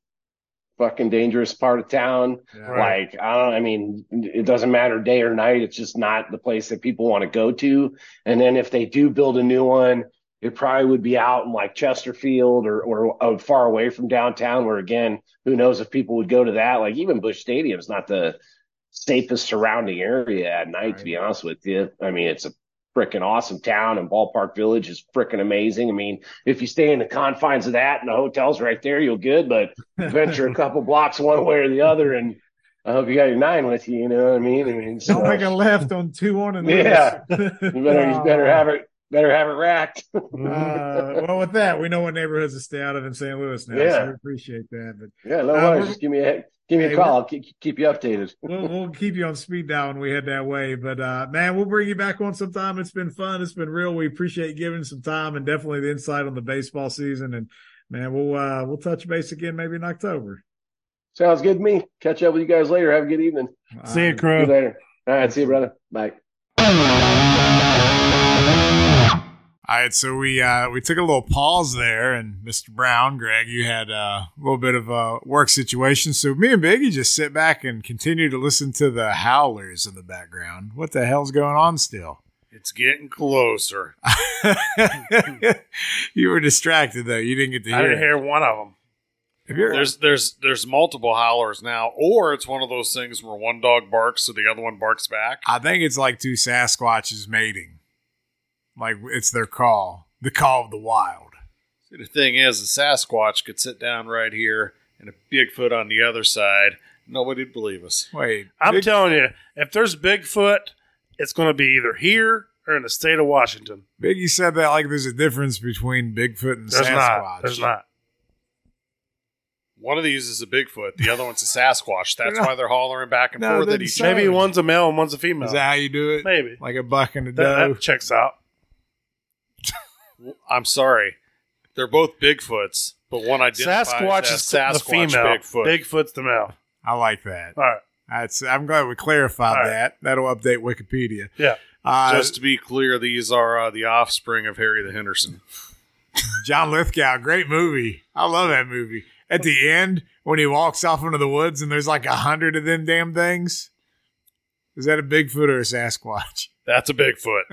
fucking dangerous part of town.
Right.
Like, I don't, I mean, it doesn't matter day or night. It's just not the place that people want to go to. And then if they do build a new one, it probably would be out in like Chesterfield or, or uh, far away from downtown, where again, who knows if people would go to that. Like, even Bush Stadium's not the safest surrounding area at night, to be honest with you. I mean, it's a freaking awesome town and Ballpark Village is freaking amazing. I mean, if you stay in the confines of that and the hotel's right there, you'll good, but venture a couple blocks one way or the other, and I hope you got your nine with you. You know what I mean? I mean, so
Don't make a left on two on and
Yeah.
Louis.
you better you better have it better have it racked.
uh, well, with that, we know what neighborhoods to stay out of in St. Louis now. So
Yeah.
we appreciate that. But
yeah, no
Uh,
worries.
we're-
Just give me a give me
Hey,
a call. I'll keep, keep you updated.
we'll we'll keep you on speed dial when we head that way. But uh, man, we'll bring you back on sometime. It's been fun. It's been real. We appreciate giving some time and definitely the insight on the baseball season. And man, we'll uh, we'll touch base again maybe in October.
Sounds good to me. Catch up with you guys later. Have a good evening.
See you,
Uh,
See
crew.
you later. All right, see you, brother. Bye.
All right, so we uh, we took a little pause there, and Mr. Brown, Greg, you had uh, a little bit of a work situation, so me and Biggie just sit back and continue to listen to the howlers in the background. What the hell's going on still?
It's getting closer.
you were distracted though; you didn't get to hear.
I didn't
it.
hear one of them.
Have you ever-
There's there's there's multiple howlers now, or it's one of those things where one dog barks so the other one barks back.
I think it's like two Sasquatches mating. Like it's their call, the call of the wild.
See, the thing is, a Sasquatch could sit down right here and a Bigfoot on the other side. Nobody'd believe us.
Wait,
I'm
Big-
telling you, if there's Bigfoot, it's going to be either here or in the state of Washington.
Biggie said that like there's a difference between Bigfoot and
There's
Sasquatch.
not. There's not.
One of these is a Bigfoot, the other one's a Sasquatch. That's why they're hollering back and
No,
forth at
they're
each
the same.
other.
Maybe one's a male and one's a female.
Is that how you do it?
Maybe
Like a buck and a
that,
doe.
that checks out.
I'm sorry, they're both Bigfoots, but one identifies
Sasquatch
as
is
Sasquatch
the female.
Bigfoot.
Bigfoot's the male.
I like that.
All right.
That's, I'm glad we clarified
All right.
that. That'll update Wikipedia.
Yeah.
Uh,
Just to be clear, these are uh, the offspring of Harry the Henderson.
John Lithgow, great movie. I love that movie. At the end, when he walks off into the woods and there's like a hundred of them damn things. Is that a Bigfoot or a Sasquatch?
That's a Bigfoot.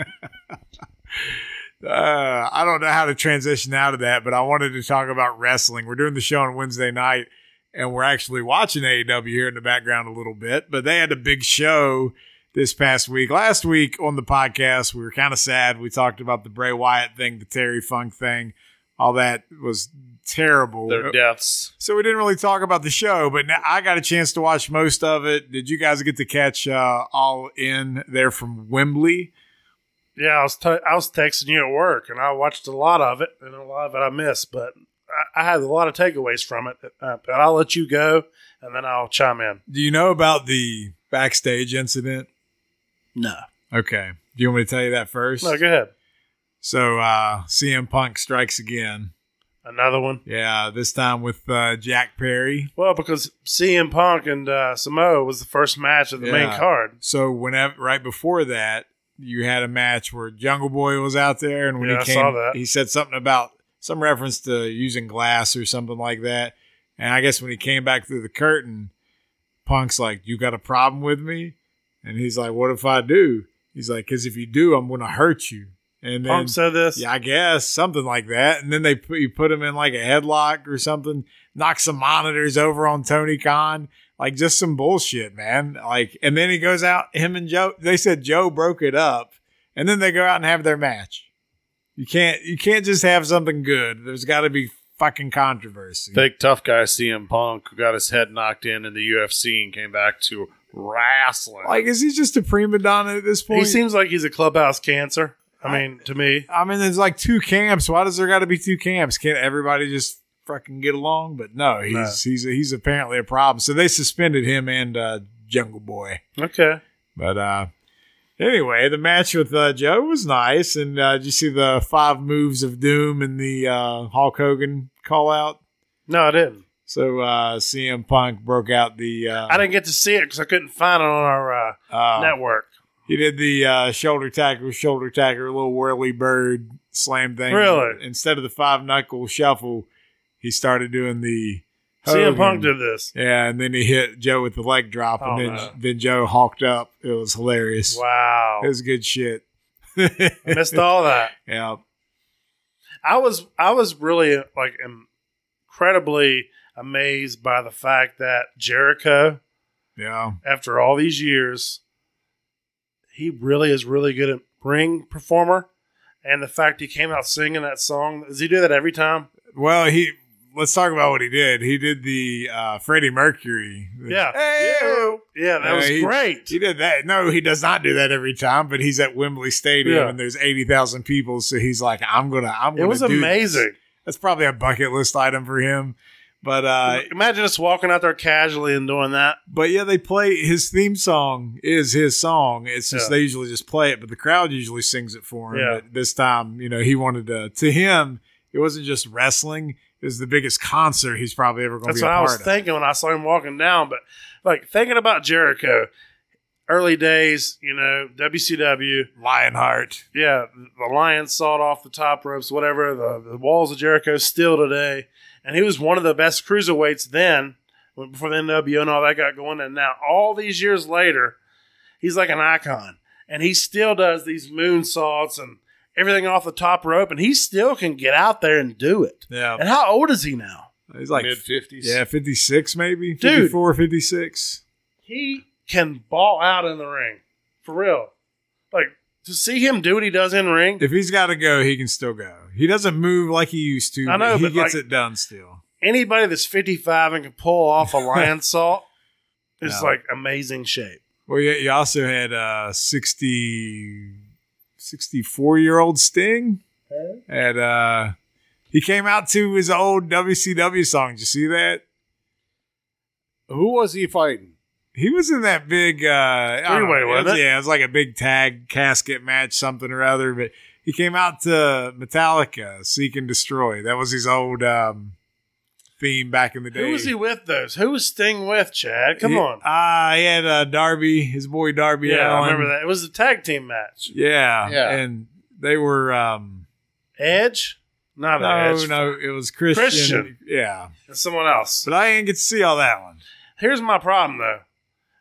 Uh, I don't know how to transition out of that, but I wanted to talk about wrestling. We're doing the show on Wednesday night, and we're actually watching AEW here in the background a little bit, but they had a big show this past week. Last week on the podcast, we were kind of sad. We talked about the Bray Wyatt thing, the Terry Funk thing. All that was terrible.
Their deaths.
So we didn't really talk about the show, but now I got a chance to watch most of it. Did you guys get to catch uh, All In there from Wembley?
Yeah, I was t- I was texting you at work, and I watched a lot of it, and a lot of it I missed, but I, I had a lot of takeaways from it. Uh, but I'll let you go, and then I'll chime in.
Do you know about the backstage incident?
No,
Okay. Do you want me to tell you that first?
no, go ahead.
So uh, CM Punk strikes again.
Another one.
Yeah, this time with uh, Jack Perry.
Well, because CM Punk and uh, Samoa was the first match of the main
Yeah.
card.
So whenever right before that, you had a match where Jungle Boy was out there, and when
Yeah,
he
I
came,
saw that.
he said something about some reference to using glass or something like that. And I guess when he came back through the curtain, Punk's like, "You got a problem with me?" And he's like, "What if I do?" He's like, "Cause if you do, I'm gonna hurt you." And then
Punk said this.
Yeah, I guess something like that. And then they put you put him in like a headlock or something, knock some monitors over on Tony Khan, like just some bullshit, man. Like, and then he goes out. Him and Joe, they said Joe broke it up, and then they go out and have their match. You can't, you can't just have something good. There's got to be fucking controversy.
Big tough guy CM Punk who got his head knocked in in the UFC and came back to wrestling.
like, is he just a prima donna at this point?
He seems like he's a clubhouse cancer. I mean, to me,
I mean, there's like two camps. Why does there got to be two camps? Can't everybody just fucking get along? But no, he's he's he's apparently a problem. So they suspended him and uh, Jungle Boy.
okay.
But uh, anyway, the match with uh, Joe was nice, and uh, did you see the five moves of doom and the uh, Hulk Hogan call out?
No, I didn't.
So uh, CM Punk broke out the. Uh,
I didn't get to see it because I couldn't find it on our uh,
uh,
network.
He did the uh, shoulder tackle, shoulder tackle, little whirly bird slam thing.
Really?
Instead of the five knuckle shuffle, he started doing the. Hogan.
CM Punk did this.
Yeah, and then he hit Joe with the leg drop,
Oh,
and then
no.
then Joe hawked up. It was hilarious.
Wow,
It was good shit.
I missed all that.
yeah,
I was I was really like incredibly amazed by the fact that Jericho,
yeah.
after all these years, he really is really good at ring performer, and the fact he came out singing that song. Does he do that every time?
Well, he. Let's talk about what he did. He did the uh, Freddie Mercury.
Yeah,
Hey!
yeah, yeah. That
No,
was
he-
great.
He did that. No, he does not do that every time. But he's at Wembley Stadium
Yeah.
and there's eighty thousand people, so he's like, "I'm gonna, I'm
it
gonna."
was
do this."
amazing.
That's probably a bucket list item for him. But uh,
Imagine us walking out there casually and doing that.
but yeah, they play his theme song is his song. It's just
Yeah.
they usually just play it, but the crowd usually sings it for him.
Yeah.
But this time, you know, he wanted to. To him, it wasn't just wrestling. It was the biggest concert he's probably ever going to
That's
be a
what I
part
was
of.
thinking when I saw him walking down. But like thinking about Jericho, early days, you know, WCW,
Lionheart.
yeah, the lion sawed off the top ropes, whatever. The, the walls of Jericho still today, and he was one of the best cruiserweights then, when- before the NWO and all that got going. And now, all these years later, he's like an icon, and he still does these moonsaults and everything off the top rope, and he still can get out there and do it.
Yeah,
And how old is he now?
he's like
mid fifties.
yeah, fifty six maybe,
Dude.
54, 56.
he can ball out in the ring for real. Like to see him do what he does in ring,
If he's got to go, he can still go. He doesn't move like he used to.
I know,
but he
but
gets
like-
it done still.
anybody that's 55 and can pull off a lion salt is
Yeah.
like amazing shape.
Well, you, you also had uh, 60, 64 year old Sting, and uh, he came out to his old WCW song. Did you see that?
Who was he fighting?
He was in that big uh, I don't
Three-way,
know,
wasn't
was-
it?
Yeah, it was like a big tag casket match, something or other. But he came out to Metallica, "Seek and Destroy." That was his old um, theme back in the day.
Who was he with those? Who was Sting with, Chad? Come
He-
on.
Ah, he had uh, Darby, his boy Darby.
yeah, I
Allin.
remember that. It was a tag team match.
Yeah,
Yeah.
and they were. um
Edge? Not
No,
Edge.
no, it was Christian.
Christian.
Yeah,
And someone else.
but I didn't get to see all that one.
Here's my problem though.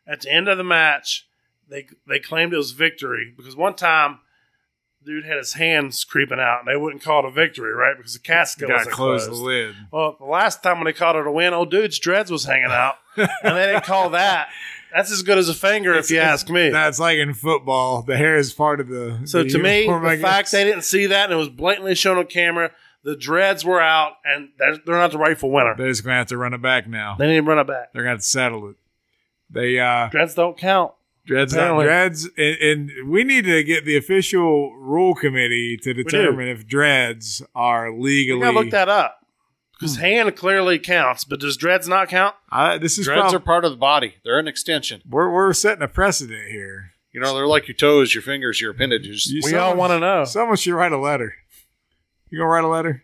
At the end of the match, they they claimed it was victory because one time dude had his hands creeping out, and they wouldn't call it a victory, right? Because the casket
Got to
was
close
closed.
the lid.
Well, the last time when they called it a win, old dude's dreads was hanging out, and they didn't call that. That's as good as a finger, if you ask me.
That's like in football. The hair is part of the.
So
the
to me,
uniform, I
the
guess.
fact they didn't see that and it was blatantly shown on camera, the dreads were out, and they're, they're not the rightful winner.
they're just gonna have to run it back now.
They need to run it back.
They're gonna have to settle it. They uh
Dreads don't count.
dreads not
Apparently.
dreads, and, and we need to get the official rule committee to
do.
determine if dreads are
We
legally.
gotta look that up because hand clearly counts, but does dreads not count?
I, this is
Dreads
prob-
are part of the body. They're an extension.
we're we're setting a precedent here.
You know, they're like your toes, your fingers, your appendages.
You-
We all
someone-
want to know.
Someone should write a letter. You gonna write a letter?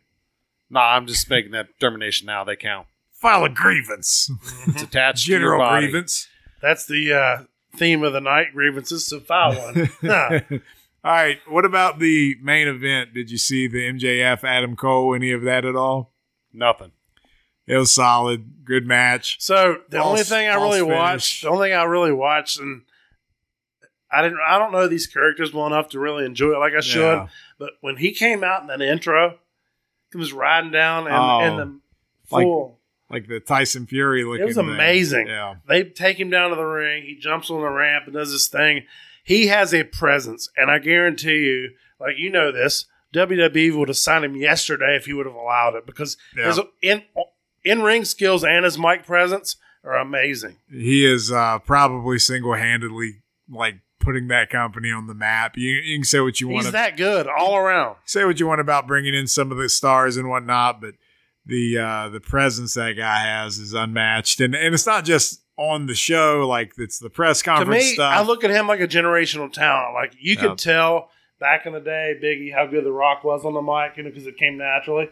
nah, I'm just making that determination now. They count.
File a grievance.
It's attached to your
General
body.
grievance.
That's the uh, theme of the night grievances. So file one. Nah.
All right. What about the main event? Did you see the MJF Adam Cole? Any of that at all?
Nothing.
It was solid. Good match.
So the
False-
only thing I
false
really
finish.
watched, the only thing I really watched, and I didn't, I don't know these characters well enough to really enjoy it like I should.
Yeah.
But when he came out in that intro, he was riding down and,
Oh,
and the
like-
full.
Like the Tyson Fury looking.
was
thing.
amazing.
Yeah.
They take him down to the ring. He jumps on the ramp and does this thing. He has a presence, and I guarantee you, like you know this, WWE would have signed him yesterday if he would have allowed it because
Yeah.
his in in ring skills and his mic presence are amazing.
He is uh, probably single handedly like putting that company on the map. You, you can say what you want.
He's that good all around.
say what you want about bringing in some of the stars and whatnot, but the uh, the presence that guy has is unmatched, and and it's not just on the show. Like it's the press
To
conference
me,
stuff.
I look at him like a generational talent. Like you
Yeah.
could tell back in the day, Biggie, how good The Rock was on the mic, you know, because it came naturally,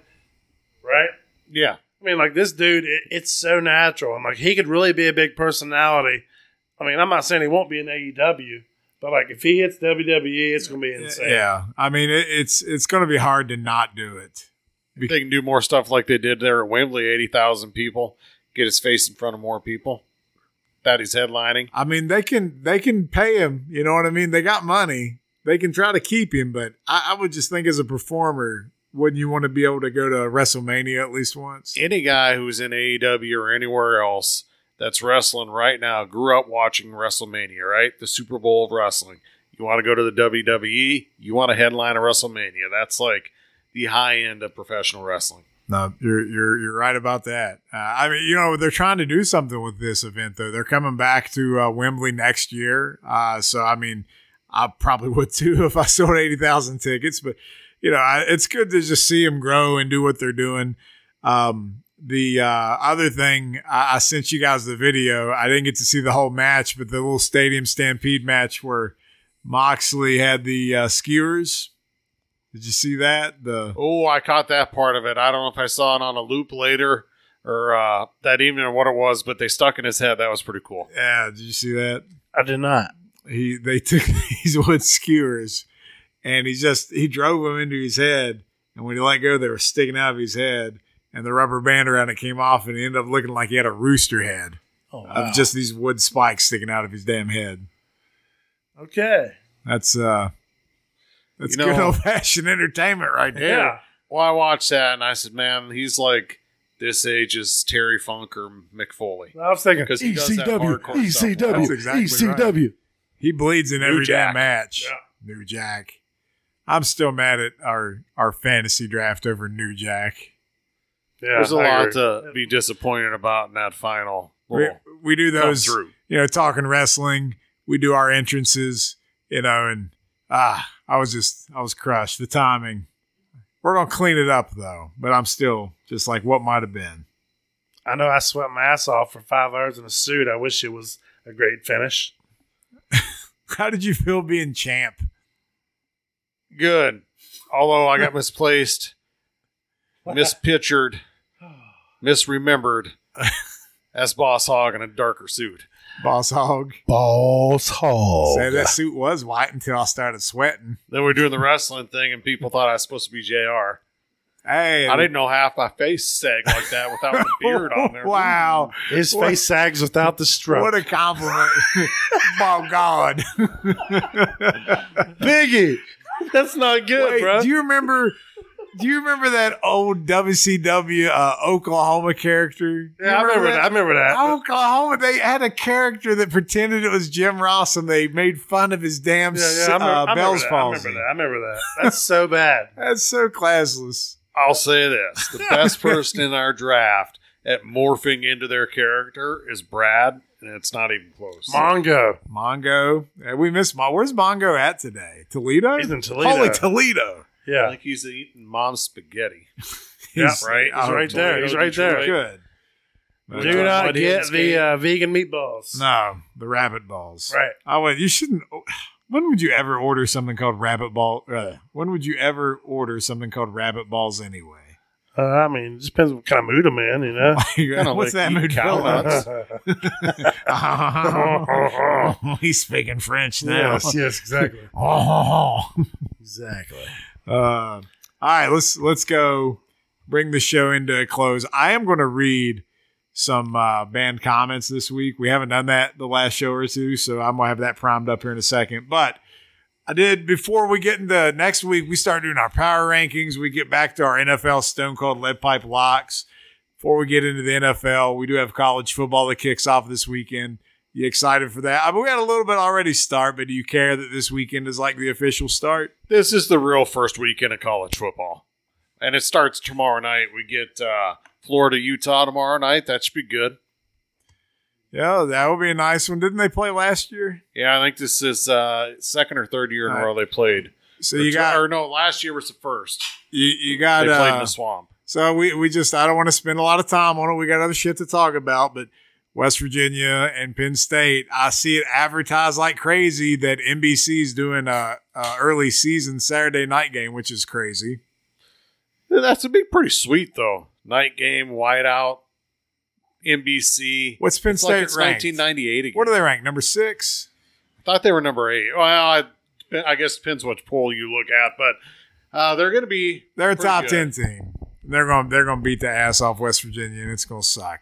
right?
Yeah.
I mean, like this dude, it, it's so natural, and like he could really be a big personality. I mean, I'm not saying he won't be in AEW, but like if he hits WWE, it's gonna be insane.
Yeah, I mean it, it's it's going to be hard to not do it.
If they can do more stuff like they did there at Wembley, 80,000 people, get his face in front of more people that he's headlining.
I mean they can they can pay him. You know what I mean? They got money. They can try to keep him, but I, I would just think as a performer, wouldn't you want to be able to go to WrestleMania at least once?
Any guy who's in AEW or anywhere else that's wrestling right now grew up watching WrestleMania, right? The Super Bowl of wrestling. You want to go to the WWE, you want to headline a WrestleMania. That's like the high end of professional wrestling.
No, you're you're you're right about that. Uh, I mean, you know, they're trying to do something with this event though. They're coming back to uh, Wembley next year, uh, so I mean, I probably would too if I sold eighty thousand tickets. But you know, I, it's good to just see them grow and do what they're doing. Um, the uh, other thing, I, I sent you guys the video. I didn't get to see the whole match, but the little stadium stampede match where Moxley had the uh, skewers. Did you see that? The
Oh, I caught that part of it. I don't know if I saw it on a loop later or uh, that evening or what it was, but they stuck in his head. That was pretty cool.
yeah, did you see that?
I did not.
he they took these wood skewers and he just he drove them into his head and when he let go they were sticking out of his head and the rubber band around it came off and he ended up looking like he had a rooster head
Oh,
of just these wood spikes sticking out of his damn head
okay.
that's uh that's
You know-
good old fashioned entertainment right
Yeah.
there
Well, I watched that and I said, man, he's like this age is Terry Funk or Mick Foley.
I was thinking.
Because he does that hardcore stuff.
That's exactly ECW. He bleeds in
New
every
Jack.
damn match.
Yeah.
New Jack. I'm still mad at our our fantasy draft over New Jack.
Yeah,
There's a
I
lot
agree.
to be disappointed about in that final.
We,
little
we do those
come-through.
you know, talking wrestling. We do our entrances, you know, and ah, I was just, I was crushed. The timing. We're gonna clean it up though, but I'm still just like what might have been.
I know I sweat my ass off for five hours in a suit. I wish it was a great finish.
How did you feel being champ?
Good. Although I got misplaced, mispictured, misremembered as Boss Hog in a darker suit.
Boss hog.
Balls
Say
hog.
that suit was white until I started sweating.
Then we're doing the wrestling thing, and people thought I was supposed to be JR.
Hey,
I didn't know half my face sag like that without the beard on there.
Wow.
His
What-
face sags without the stroke.
What a compliment. My God.
Biggie, That's not good,
Wait,
bro.
do you remember? Do you remember that old WCW uh, Oklahoma character? You
yeah, I remember that. I remember that.
Oklahoma, they had a character that pretended it was Jim Ross, and they made fun of his damn
yeah, yeah, I remember,
uh,
I remember
Bell's
that. I
palsy.
remember that. I remember that. That's so bad.
That's so classless.
I'll say this: the best person in our draft at morphing into their character is Brad, and it's not even close.
Mongo.
Mongo, Uh, we miss Mon. Where's Mongo at today? Toledo.
He's in Toledo.
Holy Toledo!
I
Yeah.
think he's eating mom's spaghetti.
Yeah,
He's-
right.
He's
oh,
right there.
boy.
He's right there.
Good.
Do
Uh,
not
Mudhead's
get the
game.
uh, vegan meatballs.
No, the rabbit balls.
Right.
I would. You shouldn't. When would you ever order something called rabbit ball? Uh, when would you ever order something called rabbit balls anyway?
Uh, I mean, it just depends what kind of mood I'm in, you know?
Kinda
What's that
like eating
mood
cow nuts.
for? He's speaking French now.
yes, yes, exactly.
exactly. Oh. Uh, all right, let's let's go bring the show into a close. I am going to read some uh, band comments this week. We haven't done that the last show or two, so I'm gonna have that primed up here in a second. But I did before we get into next week. We start doing our power rankings. We get back to our NFL Stone Cold Lead Pipe locks. Before we get into the NFL, we do have college football that kicks off this weekend. You excited for that? I mean, we had a little bit already start, but do you care that this weekend is like the official start?
This is the real first weekend of college football, and it starts tomorrow night. We get uh, Florida, Utah tomorrow night. That should be good.
Yeah, that would be a nice one. Didn't they play last year?
Yeah, I think this is uh, second or third year in a row they played.
So
Or
you
two-
got
or no, last year was the first.
you, you
They
got
played in
uh,
the swamp.
so we we just I don't want to spend a lot of time on it. We got other shit to talk about, but West Virginia and Penn State, I see it advertised like crazy that NBC's doing a, a early season Saturday night game, which is crazy.
That's to be pretty sweet though. Night game, whiteout, NBC.
What's Penn
It's like
State
it's
ranked?
1998 again.
What are they ranked? Number six.
I thought they were number eight. Well, I, I guess it depends which poll you look at, but uh, they're going to be
They're a
Pretty
top
good.
ten team. They're going they're going to beat the ass off West Virginia, and it's going to suck.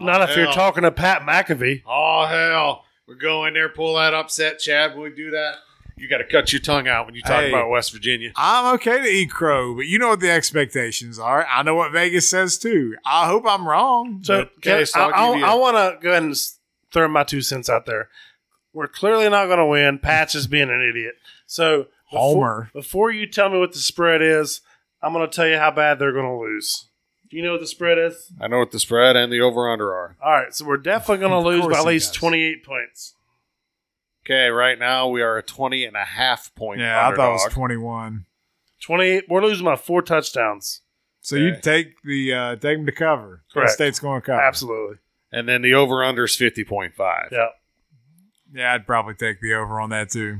Not if you're
hell.
talking to Pat McAfee.
Oh hell, we're going there. Pull that upset, Chad. When we do that, you got to cut your tongue out when you talk
Hey.
about West Virginia.
I'm okay to eat crow, but you know what the expectations are. I know what Vegas says too. I hope I'm wrong.
So,
Okay,
can-
so
I,
I'll give you a-
want to go ahead and s- throw my two cents out there. We're clearly not going to win. Pat's is being an idiot. So, befo-
Homer.
before you tell me what the spread is, I'm going to tell you how bad they're going to lose. Do you know what the spread is?
I know what the spread and the over under are.
All right, so we're definitely
Of
going to lose
course
by at
he
least
does.
28 points.
Okay, right now we are a 20 and a half point.
yeah, I thought it was
underdog.
21.
28. We're losing by four touchdowns.
So
Okay.
you take the uh, take them to cover. Penn
Correct.
State's going to cover.
Absolutely.
and then the over under is 50.5.
Yeah.
Yeah, I'd probably take the over on that too.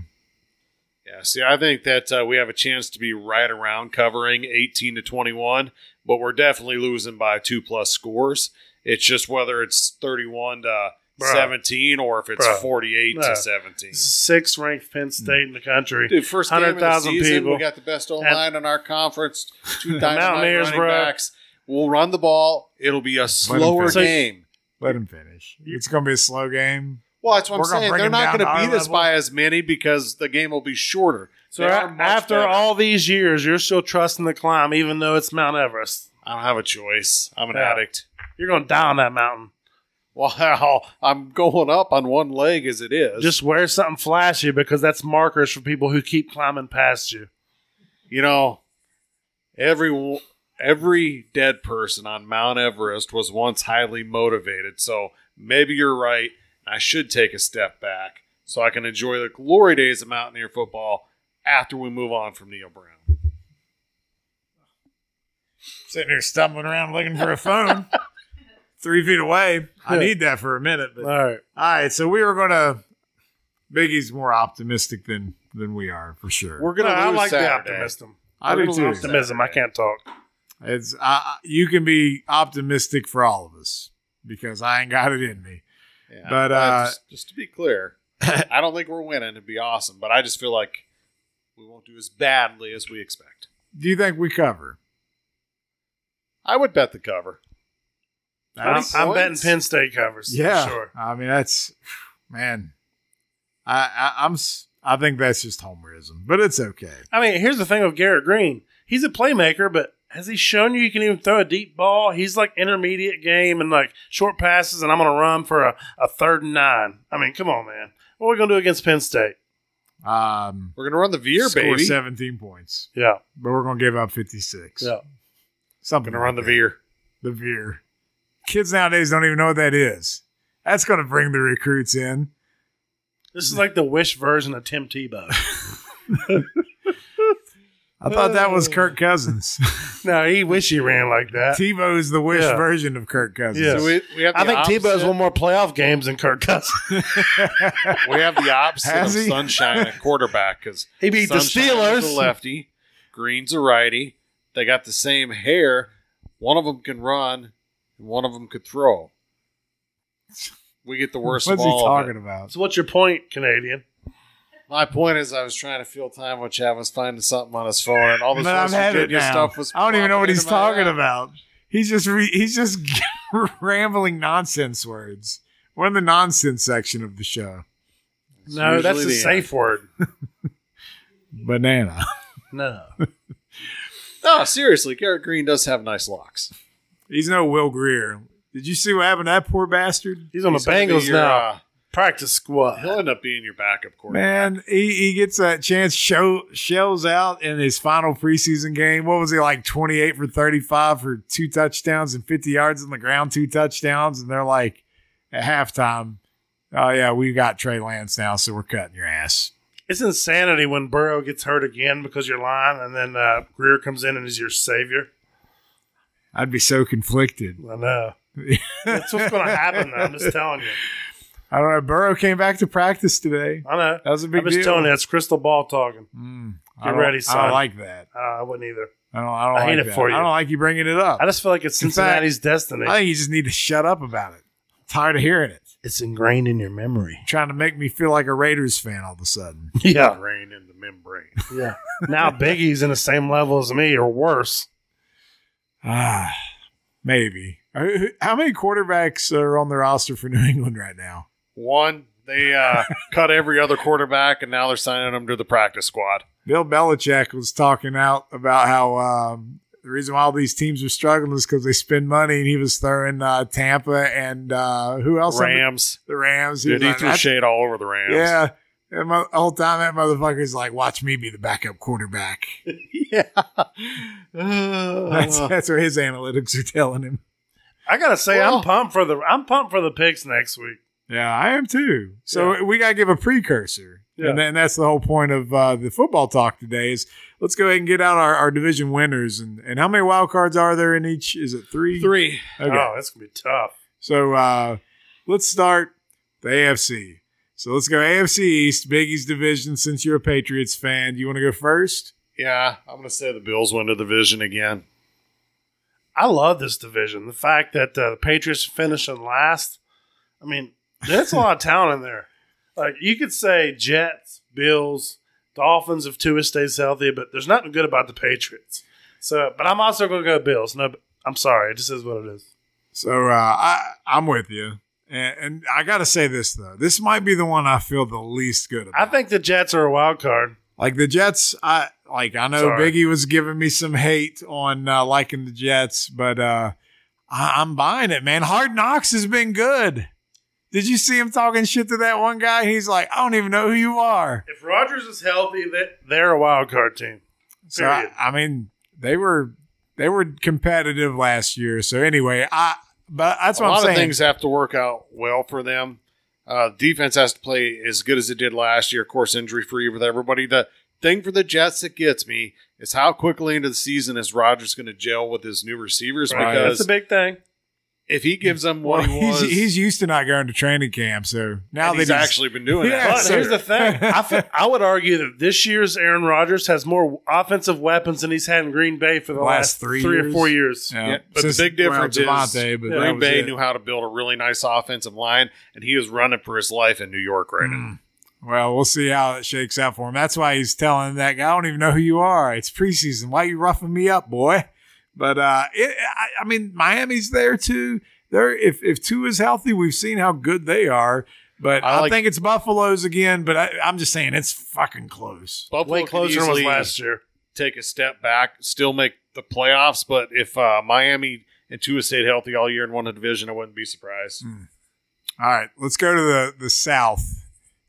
Yeah, see, I think that uh, we have a chance to be right around covering 18 to 21, but we're definitely losing by two plus scores. It's just whether it's 31 to
Bruh.
17 or if it's
Bruh.
48
Yeah.
to 17.
Sixth ranked Penn State in the country.
Hmm. Dude, first game of the
100,000
season,
people.
we got the best O line in our conference. Two dynamite
Mountaineers,
running
bruh.
backs. We'll run the ball. It'll be a slower
finish. So-
game.
Let them finish. It's going to be a slow game.
Well, that's what I'm
We're gonna
saying.
bring
They're
'em
not
down
going
to
to
our
beat us
level.
by as many because the game will be shorter.
so
They
a-
are much
after
better.
all these years, you're still trusting the climb, even though it's Mount Everest.
I don't have a choice. I'm an
Yeah.
addict.
You're going to die on that mountain.
Wow, I'm going up on one leg as it is.
Just wear something flashy because that's markers for people who keep climbing past you.
you know, every every dead person on Mount Everest was once highly motivated. So maybe you're right. I should take a step back so I can enjoy the glory days of Mountaineer football after we move on from Neil Brown.
Sitting here stumbling around looking for a phone. Three feet away. I need that for a minute. But
All right.
all right, so we were going to. Biggie's more optimistic than than we are for sure.
We're gonna.
I
lose
like
Saturday.
the optimism.
I do too.
Optimism. I can't talk.
It's I I- you can be optimistic for all of us because I ain't got it in me.
Yeah,
But, uh,
just, just to be clear, I don't think we're winning. It'd be awesome, but I just feel like we won't do as badly as we expect.
Do you think we cover?
I would bet the cover.
I'm,
That's-
I'm betting
points?
Penn State covers. for
yeah.
Sure.
I mean that's man. I, I I'm s- I think that's just homerism, but it's okay.
I mean, here's the thing with Garrett Green. He's a playmaker, but has he shown you he can even throw a deep ball? He's like intermediate game and like short passes, and I'm going to run for a, a third and nine. I mean, come on, man. What are we going to do against Penn State?
Um,
We're gonna run the Veer,
score
baby.
17 points,
Yeah.
but we're going to give up 56.
Yeah.
Something
Gonna run the
like
Veer.
that. The veer. Kids nowadays don't even know what that is. That's going to bring the recruits in.
This is like the wish version of Tim Tebow.
I thought that was
Oh.
Kirk Cousins.
no, he wish he ran like that.
Tebow's the wish
Yeah.
version of Kirk Cousins.
Yes.
So we, we have the
I think
opposite.
Tebow's won more playoff games than Kirk Cousins.
We have the opposite of
Has he?
Sunshine at quarterback because
He beat the Steelers.
A lefty, Green's a righty. They got the same hair. One of them can run, and one of them could throw. We get the worst
What's
of
he
all. of it.
talking about?
So what's your point, Canadian?
My point is, I was trying to fill time with Chad. I was finding something on his phone, and all this
But I'm
West
having it
Virginia
now.
stuff was.
I don't even know what
popping
he's
into my
talking
head.
about. He's just re- he's just rambling nonsense words. We're in the nonsense section of the show.
No, that's a
usually the
safe word.
Banana.
No.
No, seriously, Garrett Green does have nice locks.
He's no Will Greer. Did you see what happened to that poor bastard?
He's on
He's
the
gonna be
Bengals
your,
now.
uh,
Practice squad.
he'll end up being your backup quarterback.
Man, he, he gets that chance, show shells out in his final preseason game. What was he like, 28 for 35 for two touchdowns and 50 yards on the ground, two touchdowns? And they're like, at halftime, oh, yeah, we got Trey Lance now, so we're cutting your ass.
It's insanity when Burrow gets hurt again because you're lying, and then uh, Greer comes in and is your savior.
I'd be so conflicted.
I know. that's what's going to happen. though. I'm just telling you.
I don't know. Burrow came back to practice today.
I know.
That was a big
I'm just
deal.
telling you. That's crystal ball talking.
Mm, I
Get
don't-
ready,
I
son.
don't like that.
Uh, I wouldn't either.
I don't. I don't
I
like
hate it
that.
for you.
I don't like you bringing it up.
I just feel like it's
In fact,
Cincinnati's destiny.
I think you just need to shut up about it. tired of hearing it.
it's ingrained in your memory.
Trying to make me feel like a Raiders fan all of a sudden.
Yeah.
Green in the membrane.
Yeah. now Biggie's in the same level as me or worse.
Ah, maybe. Uh, Who- who- How many quarterbacks are on the roster for New England right now?
One, they uh, cut every other quarterback, and now they're signing them to the practice squad.
Bill Belichick was talking out about how um, the reason why all these teams are struggling is because they spend money, and he was throwing uh, Tampa and uh, who else? on the-
Rams.
The Rams. He
Dude,
was
he
like,
threw
"That's
shade all over the Rams.
Yeah. And my, the whole time that motherfucker's like, watch me be the backup quarterback. That's, that's what his analytics are telling him.
I gotta say,
Well-
I'm pumped for the I'm pumped for the picks next week.
Yeah, I am too. So we got to give a precursor.
Yeah.
And, then that's the whole point of uh, the football talk today is let's go ahead and get out our, our division winners. And, and how many wild cards are there in each? Is it three?
Three.
Okay.
Oh, that's gonna be tough.
So uh, let's start the AFC. So let's go AFC East, Biggie's division. Since you're a Patriots fan, do you want to go first?
Yeah, I'm going to say the Bills win the division again.
I love this division. The fact that uh, the Patriots finishing last, I mean, that's a lot of talent in there. Like you could say Jets, Bills, Dolphins if Tua stays healthy, but there's nothing good about the Patriots. So, but I'm also gonna go Bills. No, I'm sorry, it just is what it is.
So uh, I I'm with you, and, and I got to say this though. This might be the one I feel the least good about.
I think the Jets are a wild card.
like the Jets. I like I know
Sorry.
Biggie was giving me some hate on uh, liking the Jets, but uh, I, I'm buying it, man. Hard Knocks has been good. Did you see him talking shit to that one guy? He's like, I don't even know who you are.
If Rogers is healthy, they- they're a wild card team.
So I,
Period.
I mean, they were they were competitive last year. So anyway, I but that's
a
what
lot
I'm saying.
of things have to work out well for them. Uh, defense has to play as good as it did last year. Of course, injury free with everybody. The thing for the Jets that gets me is how quickly into the season is Rodgers going to gel with his new receivers?
Right.
That's a
Because
big thing.
if he gives them
well,
what he
he's,
was,
he's used to not going to training camp, so now
and
that
he's actually been doing
Yeah,
that.
But
so-
here's the thing. I, feel, I would argue that this year's Aaron Rodgers has more offensive weapons than he's had in Green Bay for the
Last
last,
three
three,
years?
or four years.
Yeah,
Yeah, but
Since-
the big difference
well,
is
Devontae, but that
Green
was
Bay
it.
knew how to build a really nice offensive line, and he is running for his life in New York
Mm.
right now.
Hmm. Well, we'll see how it shakes out for him. That's why he's telling that guy, I don't even know who you are. It's preseason. Why you roughing me up, boy? But uh, it, I, I mean, Miami's there too. They're if if two is healthy, we've seen how good they are. But
I
I,
like-
think it's Buffalo's again. But I, I'm just saying it's fucking close.
Buffalo
Way
could
closer than it was
easily
last year.
take a step back, still make the playoffs. But if uh, Miami and Tua stayed healthy all year and won the division, I wouldn't be surprised.
All right, let's go to the the South.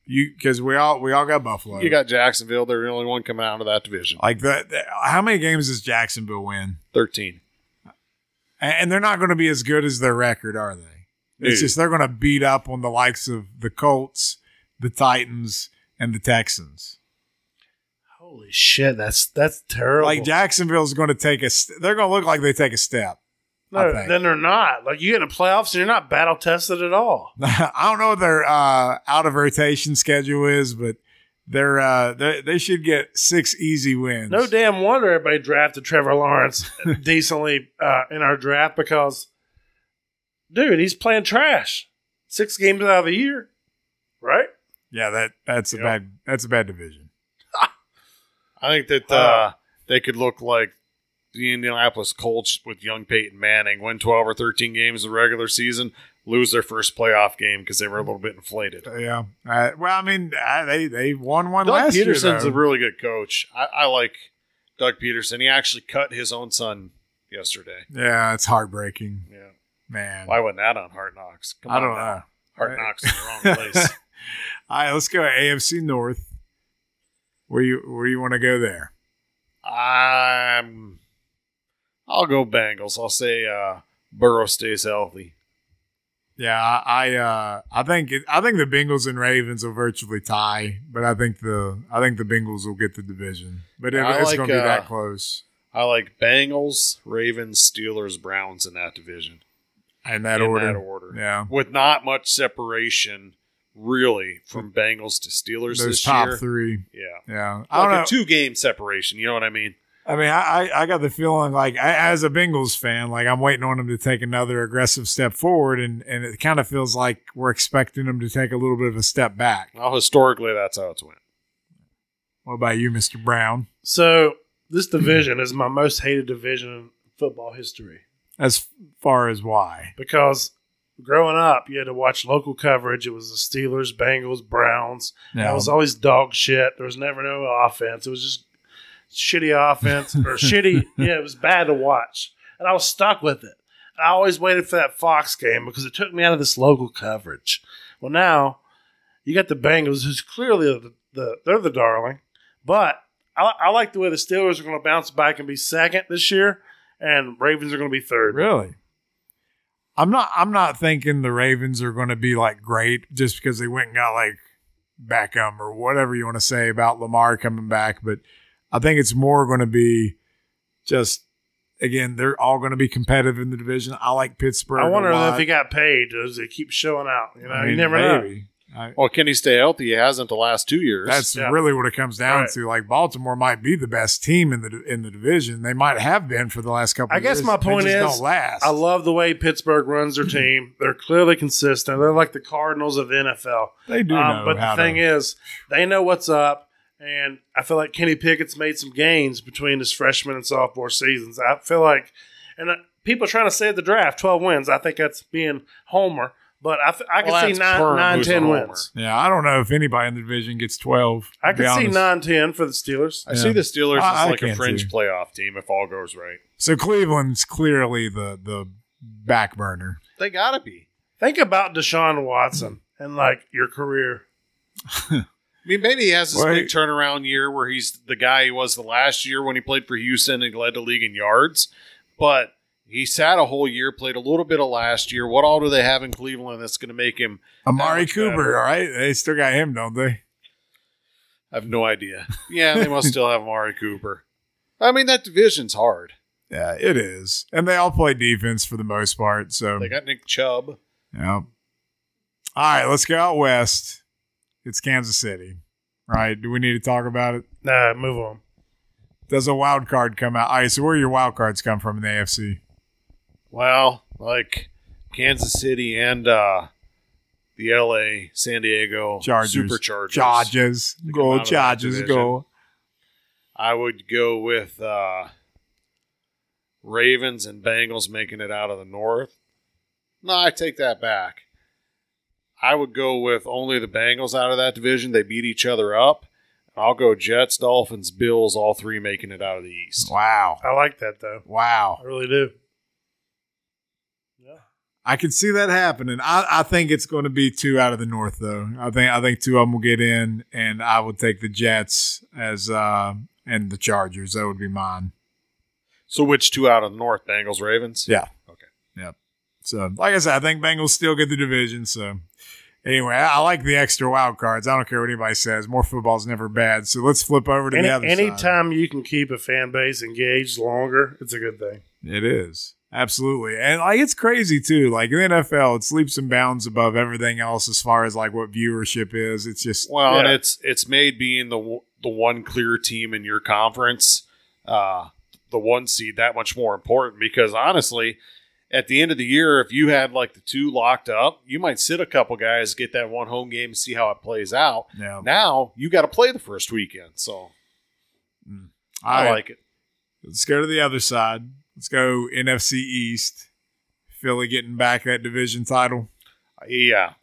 You because we all we all got Buffalo.
You got Jacksonville; they're the only one coming out of that division.
like that. that- How many games does Jacksonville win?
Thirteen.
And, and they're not going to be as good as their record, are they? It's
No.
just they're going to beat up on the likes of the Colts, the Titans, and the Texans.
Holy shit, that's that's terrible.
Like Jacksonville's going to take a. St- they're going to look like they take a step. I
no,
think.
then they're not. Like you get in the playoffs and you're not battle tested at all.
I don't know what their uh, out of rotation schedule is, but they're, uh, they they should get six easy wins.
No damn wonder everybody drafted Trevor Lawrence decently uh, in our draft because, dude, he's playing trash. Six games out of the year, right?
Yeah, that that's a
Yeah.
bad that's a bad division.
I think that uh,
Wow.
they could look like the Indianapolis Colts with young Peyton Manning, win twelve or thirteen games the regular season, lose their first playoff game because they were a little bit inflated.
Yeah. Uh, well, I mean, I, they they won one
Doug
last
Peterson's
year.
a
though.
really good coach. I, I like Doug Peterson. He actually cut his own son yesterday.
yeah, it's heartbreaking,
Yeah.
man.
Why wasn't that on Hard Knocks? Come
I
on
don't
now.
know.
Hard Knocks in the wrong place.
All right, let's go AFC North. Where you where you want to go there?
I'm. I'll go Bengals. I'll say uh, Burrow stays healthy.
Yeah, I I, uh, I think it, I think the Bengals and Ravens will virtually tie, but I think the I think the Bengals will get the division. But it,
I
it's
like,
going to
uh,
be that close,
I like Bengals, Ravens, Steelers, Browns in that division.
in that
in
order.
that order.
Yeah,
With not much separation, really, from Bengals to Steelers
those
this
top
year.
three.
Yeah.
Yeah, I don't
Like
know.
a two game separation. You know what I mean?
I mean, I, I I got the feeling like I, as a Bengals fan, like I'm waiting on them to take another aggressive step forward, and and it kind of feels like we're expecting them to take a little bit of a step back.
Well, historically, that's how it's went.
What about you, Mister Brown?
So this division is my most hated division in football history
As far as why?
because growing up you had to watch local coverage. It was the Steelers, Bengals, Browns. It was always dog shit. There was never no offense. It was just shitty offense or shitty. Yeah, it was bad to watch, and I was stuck with it. And I always waited for that Fox game because it took me out of this local coverage. Well, now you got the Bengals, who's clearly the, the they're the darling, but I, I like the way the Steelers are going to bounce back and be second this year, and Ravens are going to be third.
Really? I'm not I'm not thinking the Ravens are going to be like great just because they went and got like Beckham or whatever you want to say about Lamar coming back, but I think it's more going to be just again, they're all going to be competitive in the division. I like Pittsburgh.
I wonder
a lot.
if he got paid. Does they keep showing out? You know,
I
you
mean,
never know.
maybe. I-
Well, can he stay healthy? He hasn't the last two years.
that's
Yeah.
really what it comes down
Right.
to. Like Baltimore might be the best team in the in the division. They might have been for the last couple.
I
of
guess
years.
my
They
point
just
is,
don't last.
I love the way Pittsburgh runs their team. They're clearly consistent. They're like the Cardinals of the NFL.
they do know
Um, but
how
the thing
to,
is, they know what's up. And I feel like Kenny Pickett's made some gains between his freshman and sophomore seasons. I feel like, and uh, people are trying to say at the draft 12 wins. I think that's being Homer, but I, f- I can
Well,
see
that's
nine,
Perm,
nine,
who's a
10
homer.
wins.
Yeah, I don't know if anybody in the division gets twelve.
I
to be
can see
honest.
nine, 10 for the Steelers.
I see the Steelers
I- I
as like a
can't
fringe
see.
playoff team if all goes right.
So Cleveland's clearly the the back burner.
They gotta be.
Think about Deshaun Watson and like your career.
I mean, maybe he has this big
Wait.
turnaround year where he's the guy he was the last year when he played for Houston and led the league in yards. But he sat a whole year, played a little bit of last year. What all do they have in Cleveland that's going to make him?
Amari
much better.
Cooper, all right? They still got him, don't they?
I have no idea. Yeah, they must still have Amari Cooper. I mean, that division's hard.
Yeah, it is. And they all play defense for the most part. So
They got Nick Chubb.
yeah. All right, let's go out west. It's Kansas City. Right. Do we need to talk about it?
Nah, move on.
Does a wild card come out? All right, so where your wild cards come from in the AFC?
Well, like Kansas City and uh, the L.A. San Diego
Chargers.
Superchargers.
Charges.
They come out
Go
of that
Charges.
division.
Go.
I would go with uh, Ravens and Bengals making it out of the North. No, I take that back. I would go with only the Bengals out of that division. They beat each other up. I'll go Jets, Dolphins, Bills, all three making it out of the East.
Wow.
I like that though. I
Wow.
really do. Yeah.
I can see that happening. I, I think it's going to be two out of the North, though. I think I think two of them will get in, and I would take the Jets as uh, and the Chargers. That would be mine.
So which two out of the North? Bengals, Ravens?
Yeah. So, like I said, I think Bengals still get the division. So, anyway, I, I like the extra wild cards. I don't care what anybody says. More football's never bad. So let's flip over to
Any,
the other side.
anytime you can keep a fan base engaged longer, it's a good thing.
It is. Absolutely. And like it's crazy too. Like in the NFL, it's leaps and bounds above everything else as far as like what viewership is. It's just
Well, and
Yeah.
it's it's made being the w- the one clear team in your conference, uh, the one seed, that much more important because honestly, at the end of the year, if you had like the two locked up, you might sit a couple guys, get that one home game, see how it plays out.
no.
Now you got to play the first weekend, so
All
I
right.
like it.
Let's go to the other side. Let's go NFC East. Philly getting back that division title.
Yeah,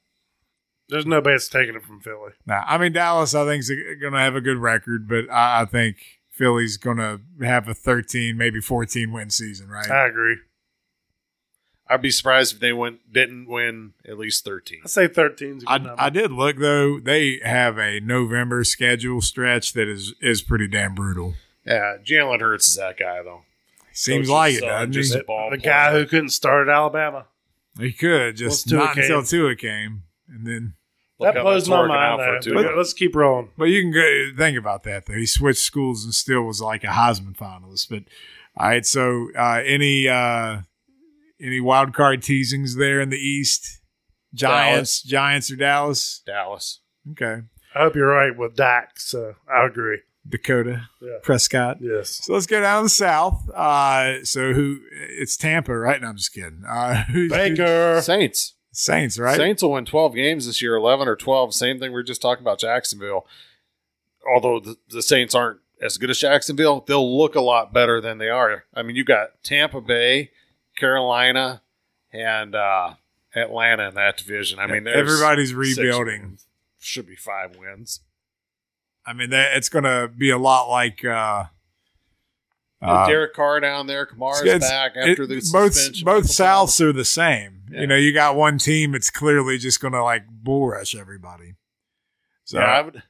There's no base taking it from Philly.
Now, I mean Dallas I think's going to have a good record, but I, I think Philly's going to have a 13, maybe 14 win season, right?
I agree.
I'd be surprised if they went didn't win at least thirteen.
I say 13's a good
I,
number.
I did look though. They have a November schedule stretch that is is pretty damn brutal.
Yeah, Jalen Hurts is that guy though.
Seems
Coach's
like it,
son
doesn't
just-
he?
the,
ball
the
player.
guy who couldn't start at Alabama.
He could just
Once Tua
not
came.
until Tua came, and then.
Look
that
how
blows
that's
my
working
mind.
out
Though.
for Tua.
But let's keep rolling.
But you can go, think about that though. He switched schools and still was like a Heisman finalist. But all right, so uh, any uh, any wild card teasings there in the East? Giants, Giants or Dallas?
Dallas.
Okay,
I hope you're right with Dak. So I agree.
Dakota,
Yeah.
Prescott.
Yes.
So let's go down to the south. Uh, so who? It's Tampa, right? No, I'm just kidding. Uh, who's
Baker.
Saints.
Saints, right?
Saints will win 12 games this year, 11 or 12. Same thing we were just talking about Jacksonville. Although the, the Saints aren't as good as Jacksonville, they'll look a lot better than they are. I mean, you got Tampa Bay, Carolina, and uh, Atlanta in that division. I mean, there's
everybody's
six
rebuilding.
wins. Should be five wins.
I mean, that, it's going to be a lot like. Uh, uh,
Derek Carr down there, Kamara's
it's-
back
it-
after the
both
suspension.
both Souths are the same.
Yeah.
You know, you got one team that's clearly just going to like bull rush everybody. So
yeah, I would.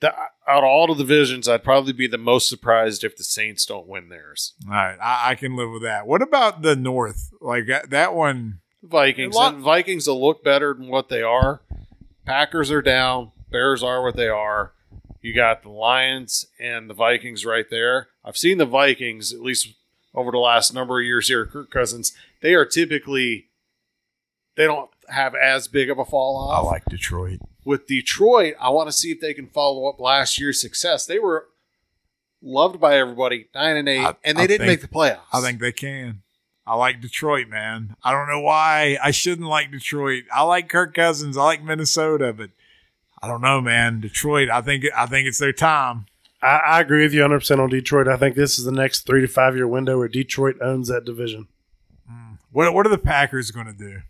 The, out of all the divisions, I'd probably be the most surprised if the Saints don't win theirs.
all right, I, I can live with that. What about the North? Like that, that one?
Vikings.
A lot-
And Vikings will look better than what they are. Packers are down. Bears are what they are. You got the Lions and the Vikings right there. I've seen the Vikings, at least over the last number of years here, Kirk Cousins, they are typically they don't have as big of a fall off.
like Detroit.
With Detroit, I want to see if they can follow up last year's success. They were loved by everybody, nine and eight,
I-
and they
I
didn't
think-
make the playoffs.
I think they can. I like Detroit, man. I don't know why I shouldn't like Detroit. I like Kirk Cousins. I like Minnesota, but I don't know, man. Detroit. I think I think it's their time.
I, I agree with you 100 percent on Detroit. I think this is the next three to five year window where Detroit owns that division.
Mm. What What are the Packers going to do?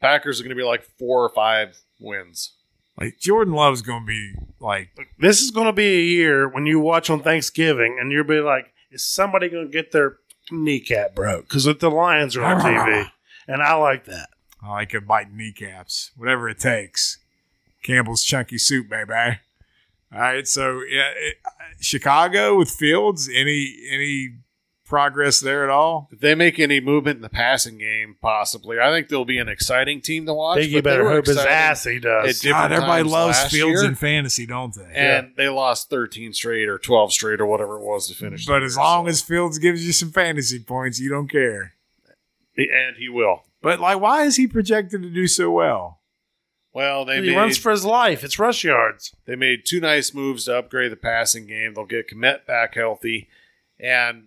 Packers are going to be like four or five wins.
Like Jordan Love's going to be like
This is going to be a year when you watch on Thanksgiving and you'll be like, "Is somebody going to get their kneecap broke?" Because the Lions are on TV, and I like that.
I like it biting kneecaps, whatever it takes. Campbell's chunky soup, baby. All right, so yeah, it, Chicago with Fields. Any any progress there at all?
If they make any movement in the passing game, possibly, I think they'll be an exciting team to watch.
Think you
but they
better
were
hope his
exciting,
ass he does.
It different
God, everybody
times
loves
last
Fields
year.
in fantasy, don't they?
And they lost 13 straight or 12 straight or whatever it was to finish.
But
the
as
year,
long
so-
as Fields gives you some fantasy points, you don't care.
and he will.
But like, why is he projected to do so well?
Well, they
He
made,
runs for his life. It's rush yards.
they made two nice moves to upgrade the passing game. They'll get Komet back healthy, and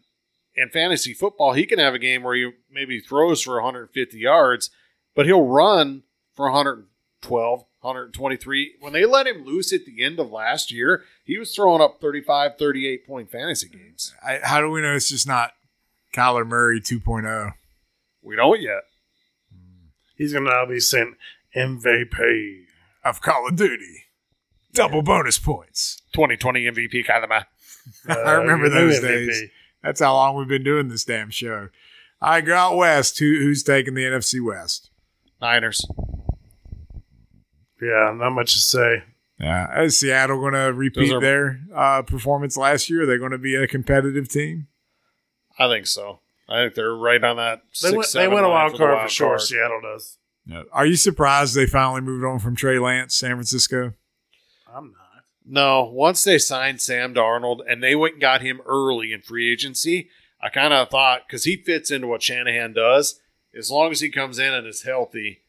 in fantasy football, he can have a game where he maybe throws for 150 yards, but he'll run for 112. 123. When they let him loose at the end of last year, he was throwing up 35, 38 point fantasy games.
I, how do we know it's just not Kyler Murray 2.0?
We don't yet.
He's going to now be sent MVP.
of Call of Duty. Double bonus points.
2020 MVP kind of man.
Uh,
I remember
your new
those days. That's how long we've been doing this damn show. All right, go out west. Who, who's taking the NFC West?
Niners.
Yeah, not much to say.
Yeah, is Seattle going to repeat
Those are-
their uh, performance last year? Are they going to be a competitive team?
I think so. I think they're right on that.
They,
six,
went, they
seven
went a
line
wild
the
card
wild
for sure.
card.
Seattle does.
Are you surprised they finally moved on from Trey Lance, San Francisco?
I'm not.
No, once they signed Sam Darnold and they went and got him early in free agency, I kind of thought because he fits into what Shanahan does. As long as he comes in and is healthy,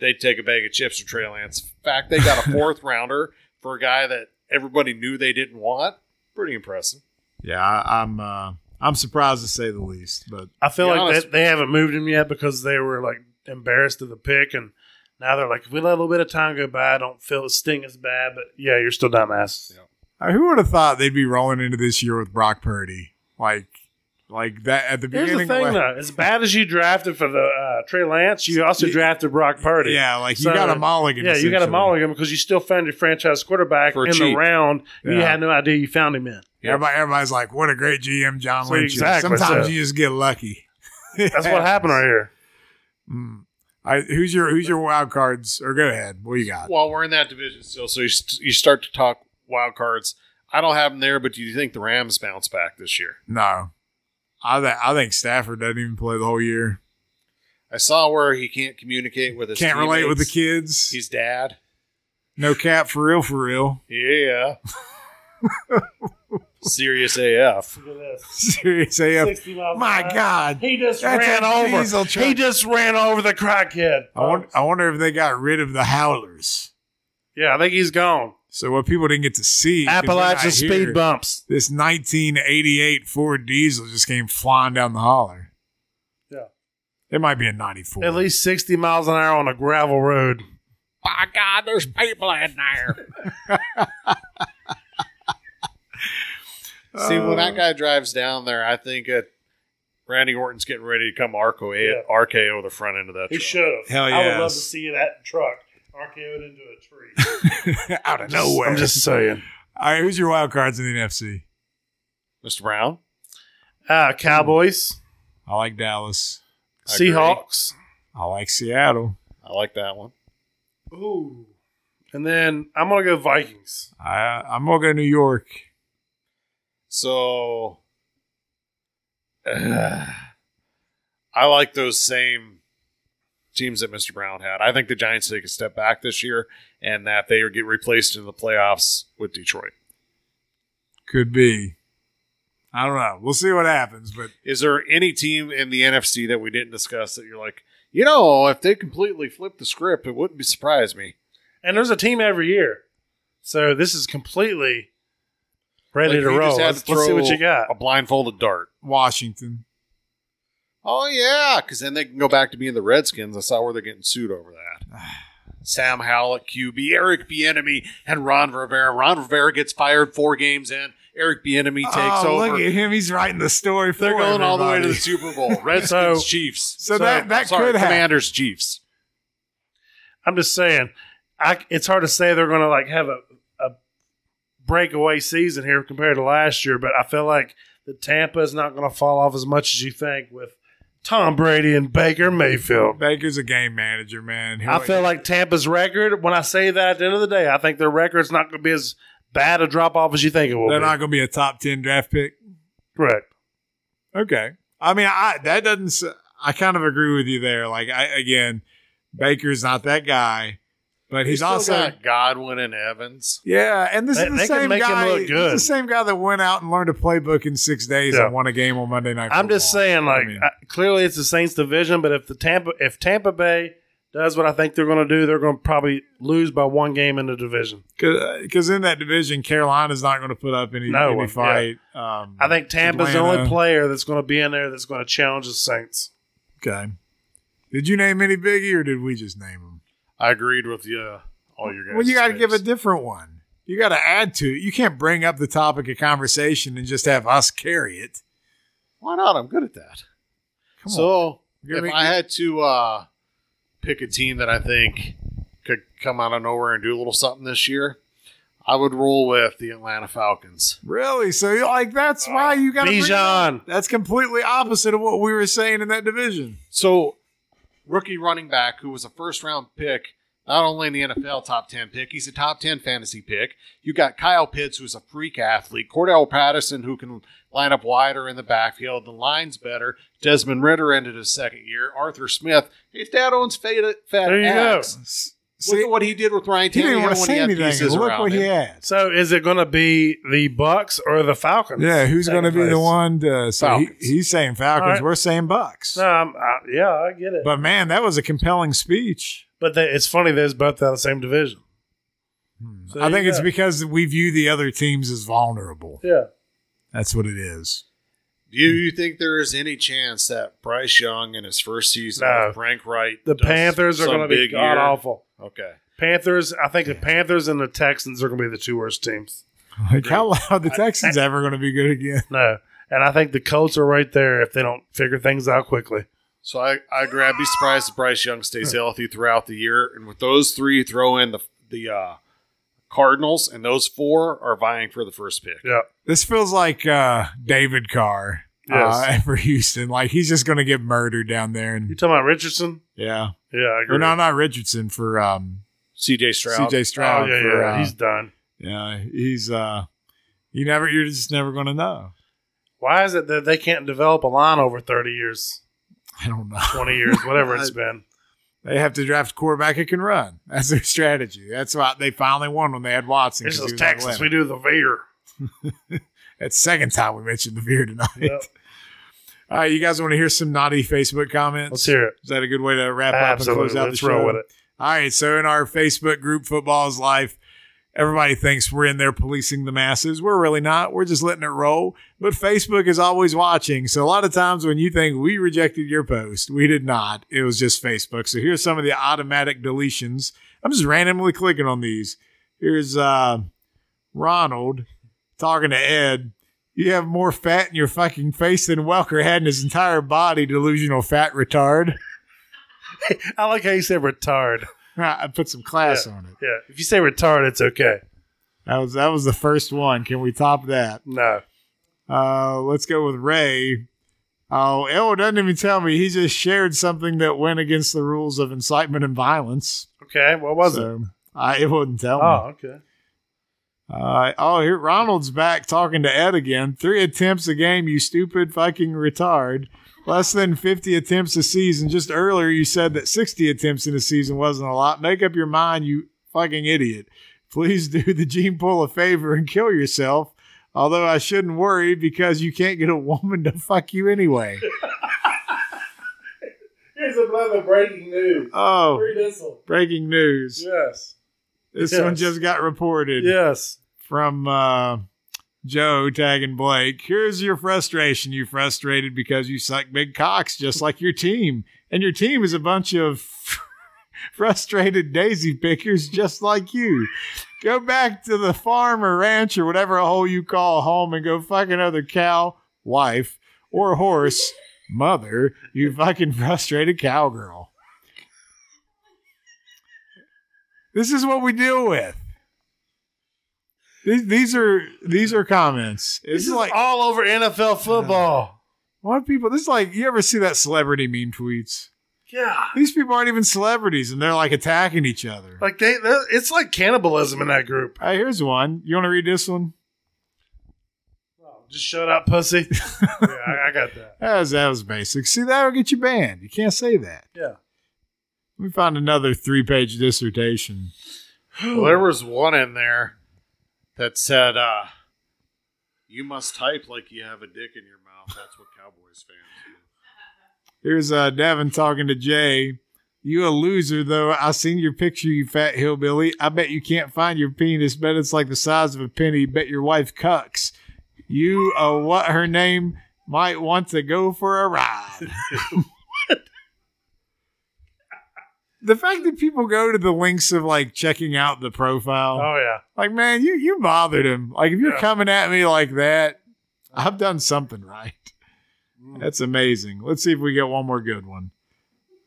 they take a bag of chips from Trey Lance. In fact, they got a fourth rounder for a guy that everybody knew they didn't want. Pretty impressive.
Yeah, I, I'm. Uh, I'm surprised to say the least, but
I feel
Be
like
honest.
that they haven't moved him yet because they were like embarrassed of the pick, and now they're like, if we let a little bit of time go by, I don't feel it sting as bad. But yeah, you're still dumbass.
Yeah.
I mean, Uh, who would have thought they'd be rolling into this year with Brock Purdy like, like that at the
Here's the
beginning?
thing,
of la-
though: as bad as you drafted for the uh, Trey Lance, you also drafted Brock Purdy.
Yeah, like you
So,
got a mulligan.
Yeah, you got a
essentially.
mulligan because you still found your franchise quarterback
For
in the
cheap.
round. You
Yeah.
had no idea you found him in.
Everybody, everybody's like, "What a great GM, John
So
Lynch." is."
exactly,
Sometimes
so-
you just get lucky.
That's what happened right here.
Mm. All right, who's your who's your wild cards? Or go ahead. What you got?
Well, we're in that division still, so you, st- you start to talk wild cards. I don't have them there, but do you think the Rams bounce back this year?
No, I th- I think Stafford doesn't even play the whole year.
I saw where he can't communicate with his
Can't relate with the
teammates.
kids.
He's dad.
no cap for real, for real.
Yeah. Serious AF.
Look at this.
Serious AF.
60 miles
My
an hour.
God.
He just
That's
ran
a
over.
diesel truck.
He just ran over the crackhead.
I, won- I wonder if they got rid of the howlers.
yeah, I think he's gone.
So what people didn't get to see 'cause they're
Appalachian
not
speed
here,
bumps.
This 1988 Ford Diesel just came flying down the holler.
Yeah.
It might be a 94.
At least 60 miles an hour on a gravel road.
My God, there's people in there. See, when that guy drives down there, I think uh Randy Orton's getting ready to come RKO,
Yeah.
RKO the front end of that
He
truck.
should have.
Hell
I would
yes.
love to see that truck RKO'd into a tree.
out of nowhere.
I'm just saying.
All right, who's your wild cards in the NFC?
Mr. Brown?
Uh, Cowboys,
I like Dallas.
I agree.
Seahawks.
I like Seattle.
I like that one.
Ooh. And then I'm going to go Vikings.
I I'm gonna go New York.
So uh, I like those same teams that Mr. Brown had. I think the Giants take a step back this year and that they get replaced in the playoffs with Detroit.
Could be. I don't know. We'll see what happens, but
Is there any team in the NFC that we didn't discuss that you're like, you know, if they completely flip the script, it wouldn't be surprise me.
And there's a team every year. So this is completely ready
Like,
to
you
roll.
just had
Let's,
to
let's see what
throw
you got.
A blindfolded dart.
Washington.
Oh yeah, because then they can go back to being the Redskins. I saw where they're getting sued over that. Sam Howell at QB, Eric Bieniemy, and Ron Rivera. Ron Rivera gets fired four games in. Eric Bieniemy takes
oh,
over.
look at him. He's writing the story for
They're going all the way to the
everybody.
Super Bowl. Redskins,
So-
Chiefs.
So that- that
sorry,
could happen.
Commanders, Chiefs.
I'm just saying, I, it's hard to say they're going to like have a, a breakaway season here compared to last year, but I feel like the Tampa is not going to fall off as much as you think with Tom Brady and Baker Mayfield.
Baker's a game manager, man. He'll-
I feel like Tampa's record. When I say that, at the end of the day, I think their record's not going to be as bad a drop off as you think it will
they're
be.
not gonna be a top ten draft pick.
Correct.
Okay. I mean, I that doesn't. s- I kind of agree with you there. Like, I again, Baker's not that guy, but he's
They still
also
got Godwin and Evans.
yeah. And this
They-
is the
they can
same
make him
guy.
look
this is
good.
the same guy that went out and learned a playbook in six days
Yeah.
and won a game on Monday night.
I'm just
Football.
saying, like,
I mean-
I- clearly it's the Saints division, but if the Tampa, if Tampa Bay does what I think they're going to do, they're going to probably lose by one game in the division.
because uh, in that division, Carolina's not going to put up any,
No
any
one, yeah.
fight. Um,
I think Tampa's the
Atlanta.
only player that's going to be in there that's going to challenge the Saints.
Okay. Did you name any biggie, or did we just name him?
I agreed with you. uh, All your guys.
Well, you got to give a
picks.
different one. You got to add to it. You can't bring up the topic of conversation and just have us carry it.
Why not? I'm good at that.
Come on.
so
You're
if
gonna make-
I had to uh, pick a team that I think could come out of nowhere and do a little something this year, I would roll with the Atlanta Falcons.
Really? So you're like that's why you got
Uh, Bijan.
That's completely opposite of what we were saying in that division.
So, rookie running back who was a first round pick, not only in the NFL top 10 pick, he's a top 10 fantasy pick. You got Kyle Pitts, who's a freak athlete, Cordell Patterson, who can line up wider in the backfield, the line's better. Desmond Ritter ended his second year. Arthur Smith, his dad owns fat, fat
There you
axe.
See,
Look at what he did with Ryan
he
Tannehill
didn't want to
when he
say
had
anything.
pieces
Look
around
what
him.
he had.
So is it going to be the Bucks or the Falcons?
Yeah, who's going to be the
Second
one to? So he,
Falcons.
he's saying Falcons.
All right.
We're saying Bucks.
place. No, I'm, I, yeah, I get it. But,
But man, that was a compelling speech.
they, it's funny they're both out of the same division. So
Hmm. I
you
think it's
got-
because we view the other teams as vulnerable.
yeah.
That's what it is.
Do you think there is any chance that Bryce Young in his first season
No.
with Frank Wright,
The
does
Panthers are
some
going to be
big
god
year?
awful.
Okay.
Panthers, I think the Panthers and the Texans are going to be the two worst teams.
Like how loud the Texans ever going to be good again?
No, and I think the Colts are right there if they don't figure things out quickly.
So I, I grab. Be surprised if Bryce Young stays healthy throughout the year. And with those three, throw in the the uh, Cardinals, and those four are vying for the first pick.
Yeah,
This feels like uh, David Carr uh,
Yes.
for Houston. Like he's just going to get murdered down there,
you
and
talking about Richardson?
yeah,
Yeah, I agree.
or no, not Richardson for um,
C.J. Stroud. Um,
C.J.
oh
Stroud.
yeah,
for,
yeah,
uh,
he's done.
yeah, he's uh, you never, you're just never going to know.
Why is it that they can't develop a line over thirty years,
I don't know.
twenty years, whatever it's been?
They have to draft a quarterback that can run. That's their strategy. That's why they finally won when they had Watson.
This
'cause
is
he was on
Texas.
Atlanta.
We do the E veer.
That's the second time we mentioned the beer tonight.
Yep.
All right, you guys want to hear some naughty Facebook comments?
Let's hear it.
Is that a good way to wrap up and
Absolutely,
close out
let's
the show?
roll with it.
All right, so in our Facebook group, Football is Life, everybody thinks we're in there policing the masses. We're really not. We're just letting it roll. But Facebook is always watching. So a lot of times when you think we rejected your post, we did not. It was just Facebook. So here's some of the automatic deletions. I'm just randomly clicking on these. Here's uh, Ronald talking to Ed. You have more fat in your fucking face than Welker had in his entire body, delusional fat retard.
I like how you said retard.
I put some class on it.
Yeah, if you say retard, it's okay.
That was that was the first one. Can we top that?
No,
Uh, let's go with Ray. Oh, El doesn't even tell me. He just shared something that went against the rules of incitement and violence.
okay. What was it?
So, I, it wouldn't tell
Oh, okay.
me. Uh, oh, here Ronald's back talking to Ed again. Three attempts a game, you stupid fucking retard. Less than 50 attempts a season. Just earlier, you said that 60 attempts in a season wasn't a lot. Make up your mind, you fucking idiot. Please do the gene pool a favor and kill yourself. Although I shouldn't worry because you can't get a woman to fuck you anyway.
Here's another breaking news.
Oh,
Diesel.
breaking news.
Yes.
This
Yes.
one just got reported
Yes.
from uh, Joe tagging Blake. Here's your frustration. You frustrated because you suck big cocks just like your team. And your team is a bunch of frustrated daisy pickers just like you. Go back to the farm or ranch or whatever hole you call home and go fuck another cow, wife, or horse, mother, you fucking frustrated cowgirl. This is what we deal with. These, these are these are comments.
This
It's
is
like
all over NFL football.
a lot of people. This is like you ever see that celebrity meme tweets?
Yeah.
These people aren't even celebrities, and they're like attacking each other.
Like they, they're- it's like cannibalism in that group.
All right, here's one. You want to read this one?
Just shut up, pussy. yeah, I, I got that.
That was, that was basic. See, that'll get you banned. You can't say that.
Yeah.
Let me find another three page dissertation.
Well, there was one in there that said, uh, "You must type like you have a dick in your mouth." That's what Cowboys fans
Here's uh, Devin talking to Jay. You a loser, though. I seen your picture, you fat hillbilly. I bet you can't find your penis. Bet it's like the size of a penny. Bet your wife cucks. You, uh, what her name, might want to go for a ride. the fact that people go to the links of like checking out the profile.
Oh yeah.
Like, man, you you bothered him. Like, if you're
Yeah.
coming at me like that, I've done something right. That's amazing. Let's see if we get one more good one.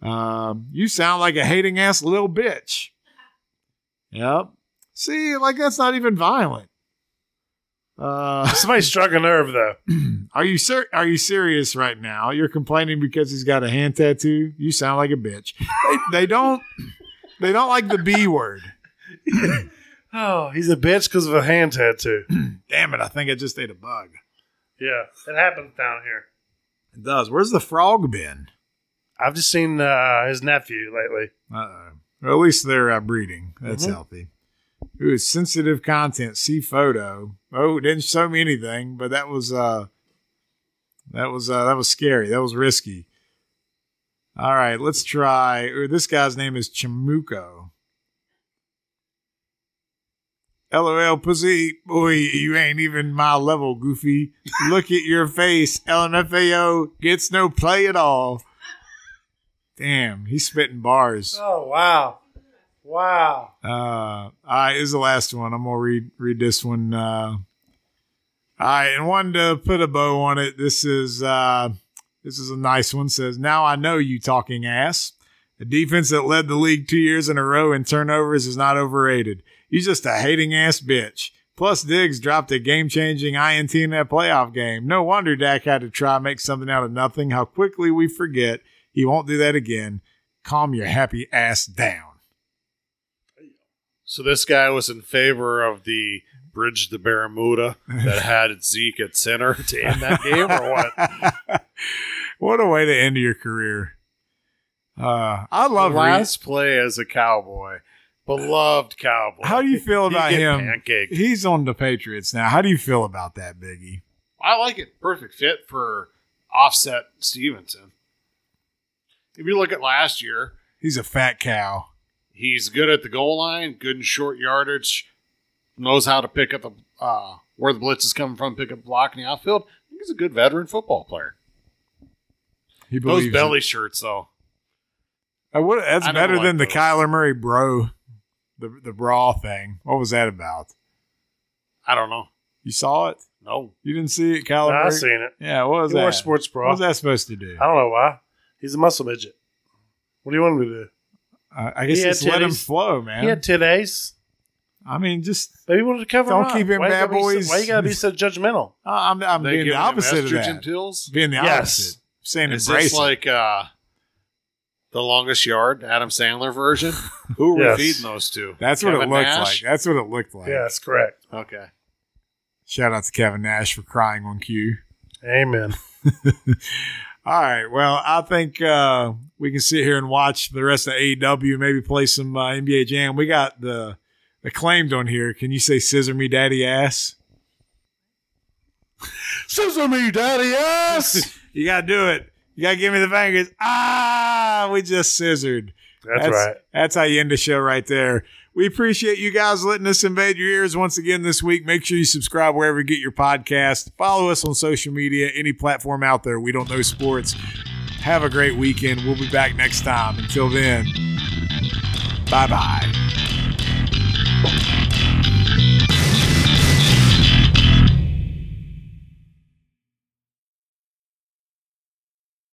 Um, you sound like a hating ass little bitch. Yep. See, like that's not even violent. Uh,
Somebody struck a nerve though.
are you ser- are you serious right now? You're complaining because he's got a hand tattoo. You sound like a bitch. They, they don't they don't like the B word.
Oh, he's a bitch because of a hand tattoo.
Damn it! I think I just ate a bug.
yeah, it happens down here.
It does. Where's the frog been?
I've just seen uh, his nephew lately.
Uh oh. At least they're uh, breeding. That's
Mhm.
healthy. Ooh, it's sensitive content. See photo. Oh, it didn't show me anything, but that was uh, that was uh, that was scary. That was risky. All right, let's try. Ooh, this guy's name is Chamuco. LOL, pussy boy, you ain't even my level, goofy. Look at your face. LMFAO gets no play at all. Damn, he's spitting bars.
Oh wow, wow.
Uh, all right, this is the last one. I'm gonna read read this one. Uh, all right, and one to put a bow on it. This is uh, this is a nice one. Says now I know you talking ass. The defense that led the league two years in a row in turnovers is not overrated. You just a hating ass bitch. Plus, Diggs dropped a game changing INT in that playoff game. No wonder Dak had to try make something out of nothing. How quickly we forget. He won't do that again. Calm your happy ass down.
So this guy was in favor of the bridge to Barramuda that had Zeke at center to end that game, or what?
what? a way to end your career. Uh, I love Reed.
Last play as a cowboy, beloved cowboy.
How do you feel
He
about
get
him?
Pancake.
He's on the Patriots now. How do you feel about that, Biggie?
I like it. Perfect fit for offset Stevenson. If you look at last year,
He's a fat cow.
he's good at the goal line, good in short yardage, knows how to pick up the uh, where the blitz is coming from, pick up block in the outfield. I think he's a good veteran football player.
He
Those
believes
belly shirts, though.
it. I would- that's
I never
better
liked
than the
those.
Kyler Murray bro, the the bra thing. What was that about?
I don't know.
You saw it?
No,
You didn't see it, Kyler
Nah,
Murray?
I've seen it.
Yeah, what was
He wore
that?
sports
what
bra.
was that supposed to do?
I don't know why. He's a muscle midget. What do you want him to do?
I, I guess
He had
just let him
titties.
flow, man.
He had today's.
I mean, just
Maybe he wanted to cover.
Don't
up.
keep him
Why you
bad
gotta be so-
boys.
why you gotta be so judgmental?
I- I'm, I'm
They
being the
give him
opposite of
estrogen
that.
pills.
Being the
Yes.
opposite. Saying
Is
embrace
this
it.
like uh, the longest yard, Adam Sandler version? Who were
Yes.
we feeding those to?
That's what it
Kevin
looked
Nash?
like. That's what it looked like.
Yes, correct.
Okay.
Shout out to Kevin Nash for crying on cue.
Amen.
All right. Well, I think uh, we can sit here and watch the rest of AEW, maybe play some uh, NBA Jam. We got the acclaimed on here. Can you say scissor me daddy ass?
Scissor me, daddy ass.
you got to do it. You got to give me the fingers. Ah, we just scissored.
That's, right.
That's how you end the show right there. We appreciate you guys letting us invade your ears once again this week. Make sure you subscribe wherever you get your podcast. Follow us on social media, any platform out there. We don't know sports. Have a great weekend. We'll be back next time. Until then, bye bye.